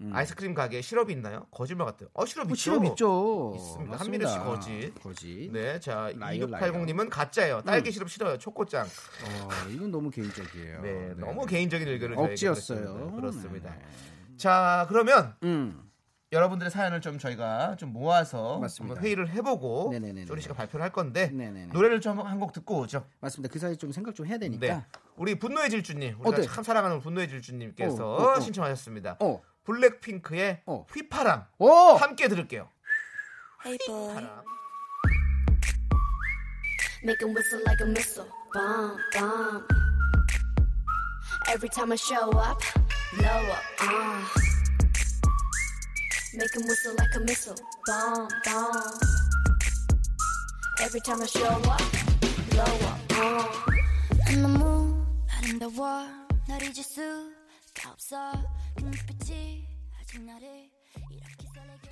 음. 아이스크림 가게에 시럽이 있나요? 거짓말 같아요. 어, 시럽 뭐 있죠. 실험 있죠. 있습니다. 맞습니다. 한민우 씨 거짓. 거짓. 네, 자, 라이어, 2680님은 가짜예요. 음. 딸기 시럽 싫어요. 초코짱. 어, 이건 너무 개인적이에요. 네, 너무 개인적인 의견을 저희에게 억지였어요. 드렸습니다. 그렇습니다. 네. 음. 자 그러면 여러분들의 사연을 좀 저희가 좀 모아서 맞습니다. 한번 회의를 해보고 네네네네. 조리 씨가 발표를 할 건데 네네네. 노래를 좀 한 곡 듣고 오죠. 맞습니다. 그 사이 좀 생각 좀 해야 되니까. 네. 우리 분노의 질주님 우리가 어때? 참 사랑하는 분노의 질주님께서 어, 어, 어. 신청하셨습니다. 어. 블랙핑크의 휘파람 오! 함께 들을게요. Hey boy. Make him whistle like a missile. Bomb, bomb. Every time I show up, blow up. Uh. Make him whistle like a missile. Bomb, bomb. Every time I show up, blow up. Uh. I'm the moon, 아름다워. 날 잊을 수가 없어. 그 눈빛이 아직 나를 이렇게 설레게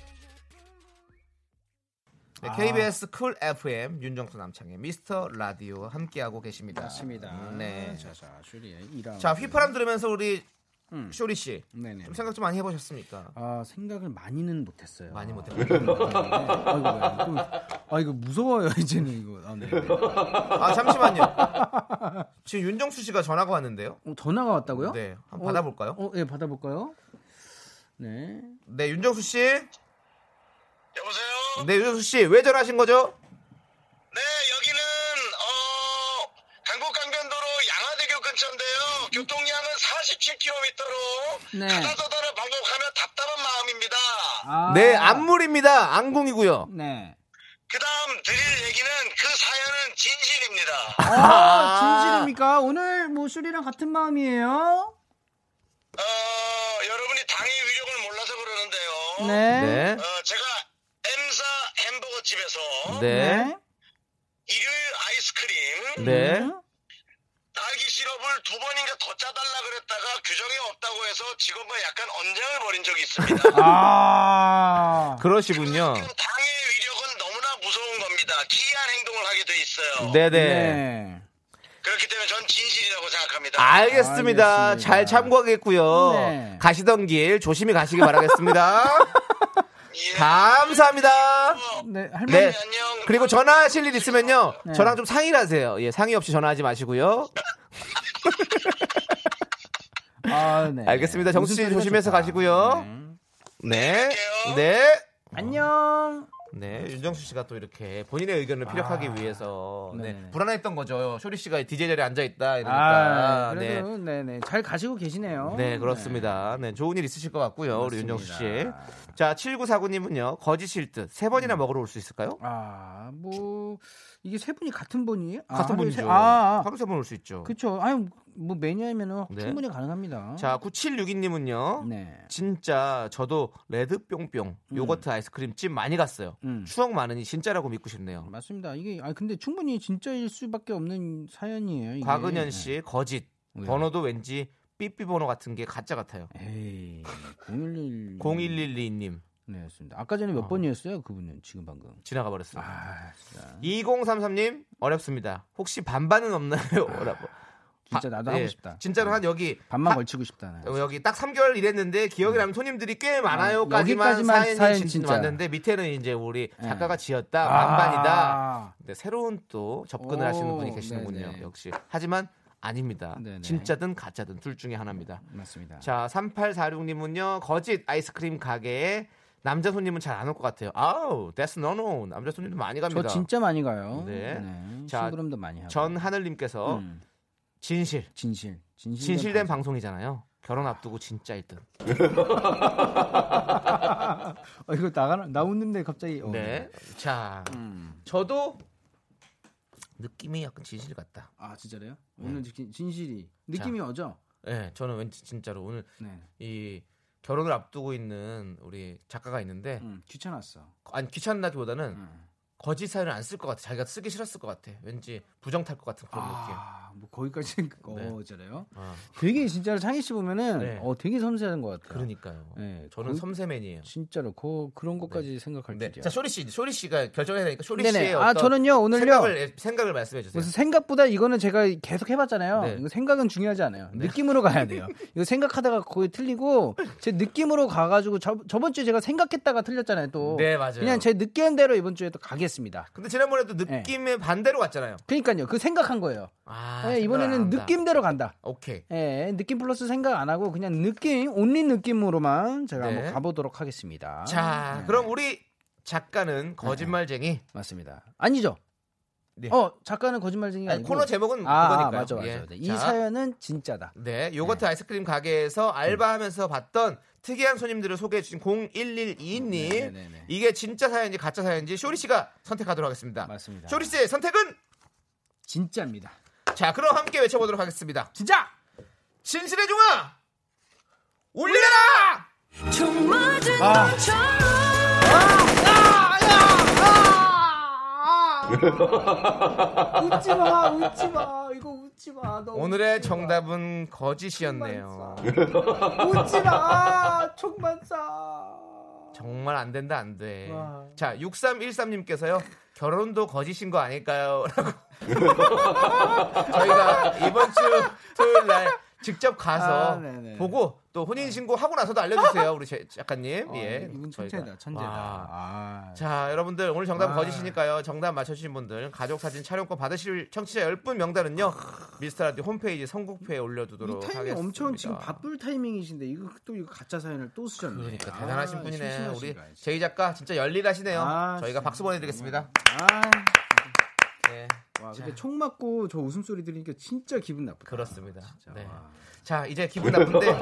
네, 아. KBS 쿨 FM 윤정수 남창의 미스터 라디오 함께하고 계십니다. 맞습니다. 아, 네. 자, 자, 슈리의 1라운드. 자 휘파람 들으면서 우리 음. 쇼리 씨 네네. 좀 생각 좀 많이 해보셨습니까? 아, 생각을 많이는 못 했어요. 많이 아, 못해요. 좀 못했는데. 아이고, 야, 좀, 아, 이거 무서워요, 이제는 이거. 아, 네. 아 잠시만요. 지금 윤정수 씨가 전화가 왔는데요. 어, 전화가 왔다고요? 네, 한번 받아볼까요? 어, 예, 받아 볼까요? 네. 네 윤정수 씨. 여보세요. 네 윤정수 씨 왜 전화하신 거죠? 네, 여기는 어, 강북 강변도로 양화대교 근처인데요. 교통량은 47km로 네. 가다서다를 반복하며 답답한 마음입니다. 아, 네 안물입니다. 안궁이고요. 네. 그다음 드릴 얘기는 그 사연은 진실입니다. 아, 진실입니까? 오늘 뭐 슈리랑 같은 마음이에요? 어, 여러분이 당의 위력을 몰라서 그러는데요. 네. 네. 어, 제가 엠사 햄버거 집에서 네. 일요일 아이스크림 네. 딸기 시럽을 두 번인가 더 짜달라 그랬다가 규정이 없다고 해서 직원과 약간 언쟁을 벌인 적이 있습니다. 아. 그러시군요. 당의 위력은 너무나 무서운 겁니다. 기이한 행동을 하게 돼 있어요. 네네. 네. 그렇기 때문에 전 진실이라고 생각합니다. 알겠습니다. 알겠습니다. 잘 참고하겠고요. 네. 가시던 길 조심히 가시길 (laughs) 바라겠습니다. 감사합니다. 네, 할머니. 네. 그리고 전화하실 일 있으면요. 네. 저랑 좀 상의를 하세요. 예, 상의 없이 전화하지 마시고요. 아, 네. 알겠습니다. 정수 씨 웃음소리가 조심해서 좋다. 가시고요. 네. 네. 네. 안녕. 네. 그렇죠. 윤정수 씨가 또 이렇게 본인의 의견을 피력하기 위해서 네, 아, 네네. 불안했던 거죠. 쇼리 씨가 DJ 자리에 앉아 있다 이러니까. 아, 그래도 네, 네. 잘 가시고 계시네요. 그러니까. 네, 그렇습니다. 네, 좋은 일 있으실 것 같고요, 우리 맞습니다. 음. 윤정수 씨. 자, 7949님은요, 거짓일 듯, 세 번이나 먹으러 올 수 있을까요? 아, 뭐 이게 세 분이 같은 분이에요? 아, 같은 하루에 분이죠. 세- 아, 아. 하루 세 번 올 수 있죠. 그렇죠. 아니 뭐 매니아이면은 네. 충분히 가능합니다. 자, 9762님은요, 네. 진짜 저도 레드뿅뿅 요거트 아이스크림 집 많이 갔어요. 음. 추억 많으니 진짜라고 믿고 싶네요. 맞습니다. 이게 아 근데 충분히 진짜일 수밖에 없는 사연이에요. 이게. 네. 곽은현 씨, 거짓. 왜요? 번호도 왠지 삐삐 번호 같은 게 가짜 같아요. 네. 에이, (laughs) 011 0112님, 네, 였습니다. 아까 전에 몇 번이었어요? 그분은 지금 방금. 지나가 버렸어요. 아, 진짜. 2033님, 어렵습니다. 혹시 반반은 없나요? 라고. 진짜 아, 나도 아, 하고 예. 싶다. 네. 진짜로 한 여기 반만 하- 걸치고 싶다. 나. 어, 여기 딱 3개월 일했는데 기억에 남는 손님들이 꽤 많아요까지만 여기까지만 사연이 사연 진- 진짜. 예. 왔는데 밑에는 이제 우리 작가가 지었다 반반이다. 아. 근데 새로운 또 접근을 오, 하시는 분이 계시는군요. 네네. 역시 하지만 아닙니다. 네네. 진짜든 가짜든 둘 중에 하나입니다. 맞습니다. 자 3846님은요 거짓 아이스크림 가게에 남자 손님은 잘 안 올 것 같아요. 아우 that's no no 남자 손님도 많이 저 갑니다. 진짜 많이 가요. 네. 네. 자, 심부름도 많이 하고. 전 하늘님께서 음, 진실 진실. 진실된, 진실된 방송. 방송이잖아요. 결혼 앞두고 진짜일 듯. 어, 이거 나가 나오는데 갑자기. 어, 음. 네. 자, 저도 느낌이 약간 진실 같다. 아 진짜래요? 오늘 진- 진실이 느낌이 오죠? 네, 저는 왠지 진짜로 오늘 네. 이 결혼을 앞두고 있는 우리 작가가 있는데 음, 귀찮았어. 아니 귀찮다기보다는 음. 거짓 사연을 안 쓸 것 같아. 자기가 쓰기 싫었을 것 같아. 왠지 부정 탈 것 같은 그런 느낌. 아, 뭐 거기까지 네. (laughs) 거잖아요. 아, 되게 진짜로 창희 씨 보면은 네. 어 되게 섬세한 것 같아요. 그러니까요. 네, 저는 거의- 섬세맨이에요. 진짜로 그 그런 것까지 생각할 네. 줄이야. 자, 쇼리 씨, 쇼리 씨가 결정해야 되니까 쇼리 네네. 씨의 아, 어떤 저는요, 오늘요. 생각을 생각을 말씀해 주세요. 그래서 생각보다 이거는 제가 계속 해봤잖아요. 네. 이거 생각은 중요하지 않아요. 느낌으로 가야 돼요. 이거 생각하다가 거의 틀리고 제 느낌으로 가가지고 저, 저번 주에 제가 생각했다가 틀렸잖아요. 또 네, 맞아요. 그냥 제 네. 느끼는 대로 이번 주에 또 가겠습니다. 근데 지난번에도 느낌의 반대로 갔잖아요. 아, 그러니까요. 그 생각한 거예요. 예, 이번에는 생각 안 한다. 느낌대로 간다. 오케이. 예, 느낌 플러스 생각 안 하고 그냥 느낌, 온리 느낌으로만 제가 네. 한번 가보도록 하겠습니다. 자, 네. 그럼 우리 작가는 거짓말쟁이. 맞습니다. 아니죠? 어, 작가는 거짓말쟁이 네. 아니, 아니고 코너 제목은 아, 그거니까요. 맞아, 맞아. 예. 맞아. 이 자. 사연은 진짜다. 네, 요거트 아이스크림 가게에서 음. 알바하면서 봤던 특이한 손님들을 소개해 주신 네, 0112님. 이게 진짜 사연인지 가짜 사연인지 쇼리 씨가 선택하도록 하겠습니다. 맞습니다. 쇼리 씨의 선택은 진짜입니다. 자, 그럼 함께 외쳐 보도록 하겠습니다. 진짜! 진실의 종아! 올리라! 총 맞은 아. 웃지 마, 웃지 마. 이거 웃지 마. 너 오늘의 정답은 거짓이었네요. (laughs) 웃지 마. 총만 쏴. 정말 안 된다 안 돼. 자, 6313님께서요. 결혼도 거짓인 거 아닐까요? (laughs) (laughs) 라고. 저희가 이번 주 토요일 날 직접 가서 아, 네네. 보고 또 혼인 신고 하고 나서도 알려 주세요. 우리 제- 작가님. 어, 예. 이분 저희가. 천재다, 천재다. 와. 아. 자, 여러분들 오늘 정답은 아. 거짓이니까요. 정답 맞춰 주신 분들 가족 사진 촬영권 받으실 청취자 10분 명단은요. 미스터 라디오 홈페이지 선곡표에 올려 이 두도록 타이밍 하겠습니다. 엄청 지금 바쁠 타이밍이신데 이거 또 이거 가짜 사연을 또 쓰셨네. 그러니까 대단하신 아, 분이네. 심심하신가, 우리 진짜. 제이 작가 진짜 열일하시네요. 아, 저희가 박수 보내드리겠습니다. 아, 네. 와, 근데 총 맞고 저 웃음소리 들으니까 진짜 기분 나쁘다. 그렇습니다. 네. 와. 자 이제 기분 나쁜데 (laughs)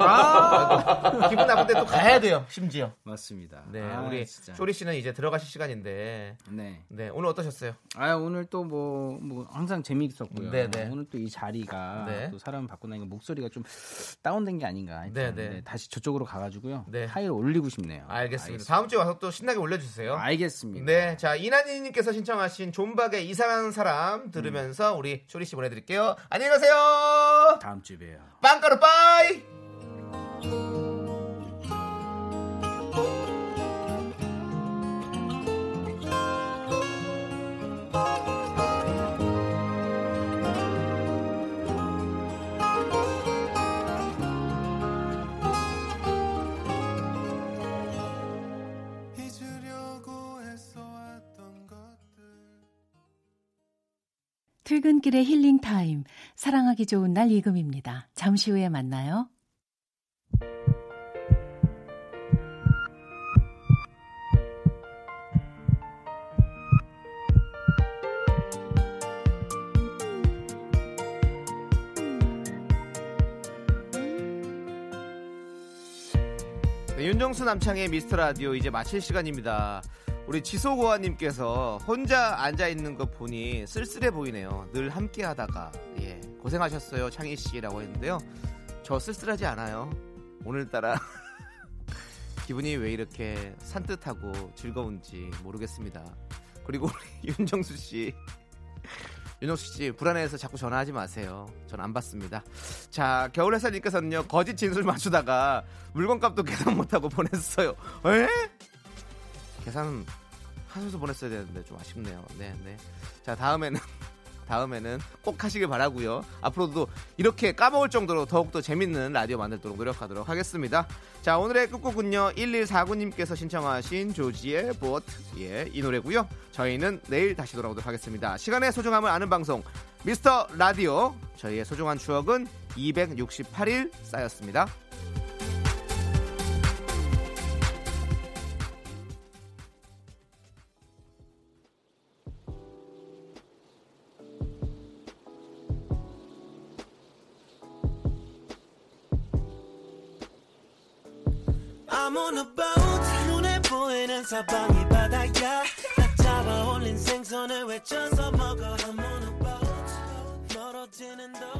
(laughs) 아. 기분 나쁜데 또 가야 돼요. 심지어. 맞습니다. 네 아, 우리 진짜. 쇼리 씨는 이제 들어가실 시간인데 네. 네 오늘 어떠셨어요? 아 오늘 또 뭐 뭐 항상 재미있었고요. 네네. 오늘 또 이 자리가 네. 또 사람 받고 나니까 목소리가 좀 다운된 게 아닌가. 하여튼 네네. 네, 다시 저쪽으로 가가지고요. 네. 하이를 올리고 싶네요. 알겠습니다. 다음 주에 와서 또 신나게 올려주세요. 아, 알겠습니다. 네, 자 이난이님께서 신청하신 존박의 이상한 사람 들으면서 우리 쇼리 씨 보내드릴게요. 안녕히 가세요. 다음 주에 봬요. 빵가루 빠이. 퇴근길의 힐링 타임. 사랑하기 좋은 날 이금입니다. 잠시 후에 만나요. 네, 윤정수 남창의 미스터 라디오 이제 마칠 시간입니다. 우리 지소고아님께서 혼자 앉아 있는 거 보니 쓸쓸해 보이네요. 늘 함께 하다가 예 고생하셨어요 창희 씨라고 했는데요. 저 쓸쓸하지 않아요. 오늘따라 (laughs) 기분이 왜 이렇게 산뜻하고 즐거운지 모르겠습니다. 그리고 우리 (laughs) 윤정수 씨 윤정수 씨 불안해서 자꾸 전화하지 마세요. 전 안 받습니다. 자 겨울 회사님께서는요 거짓 진술 맞추다가 물건값도 계산 못하고 보냈어요. 에? 계산 하셔서 보냈어야 되는데 좀 아쉽네요. 네 네. 자 다음에는 다음에는 꼭 하시길 바라고요. 앞으로도 이렇게 까먹을 정도로 더욱더 재밌는 라디오 만들도록 노력하도록 하겠습니다. 자 오늘의 끝곡은요 1149님께서 신청하신 조지의 보트 예이 노래고요. 저희는 내일 다시 돌아오도록 하겠습니다. 시간의 소중함을 아는 방송 미스터 라디오 저희의 소중한 추억은 268일 쌓였습니다. I'm on a boat 눈에 보이는 사방이 바다야 딱 잡아 올린 생선을 외쳐서 먹어 I'm on a boat 멀어지는 도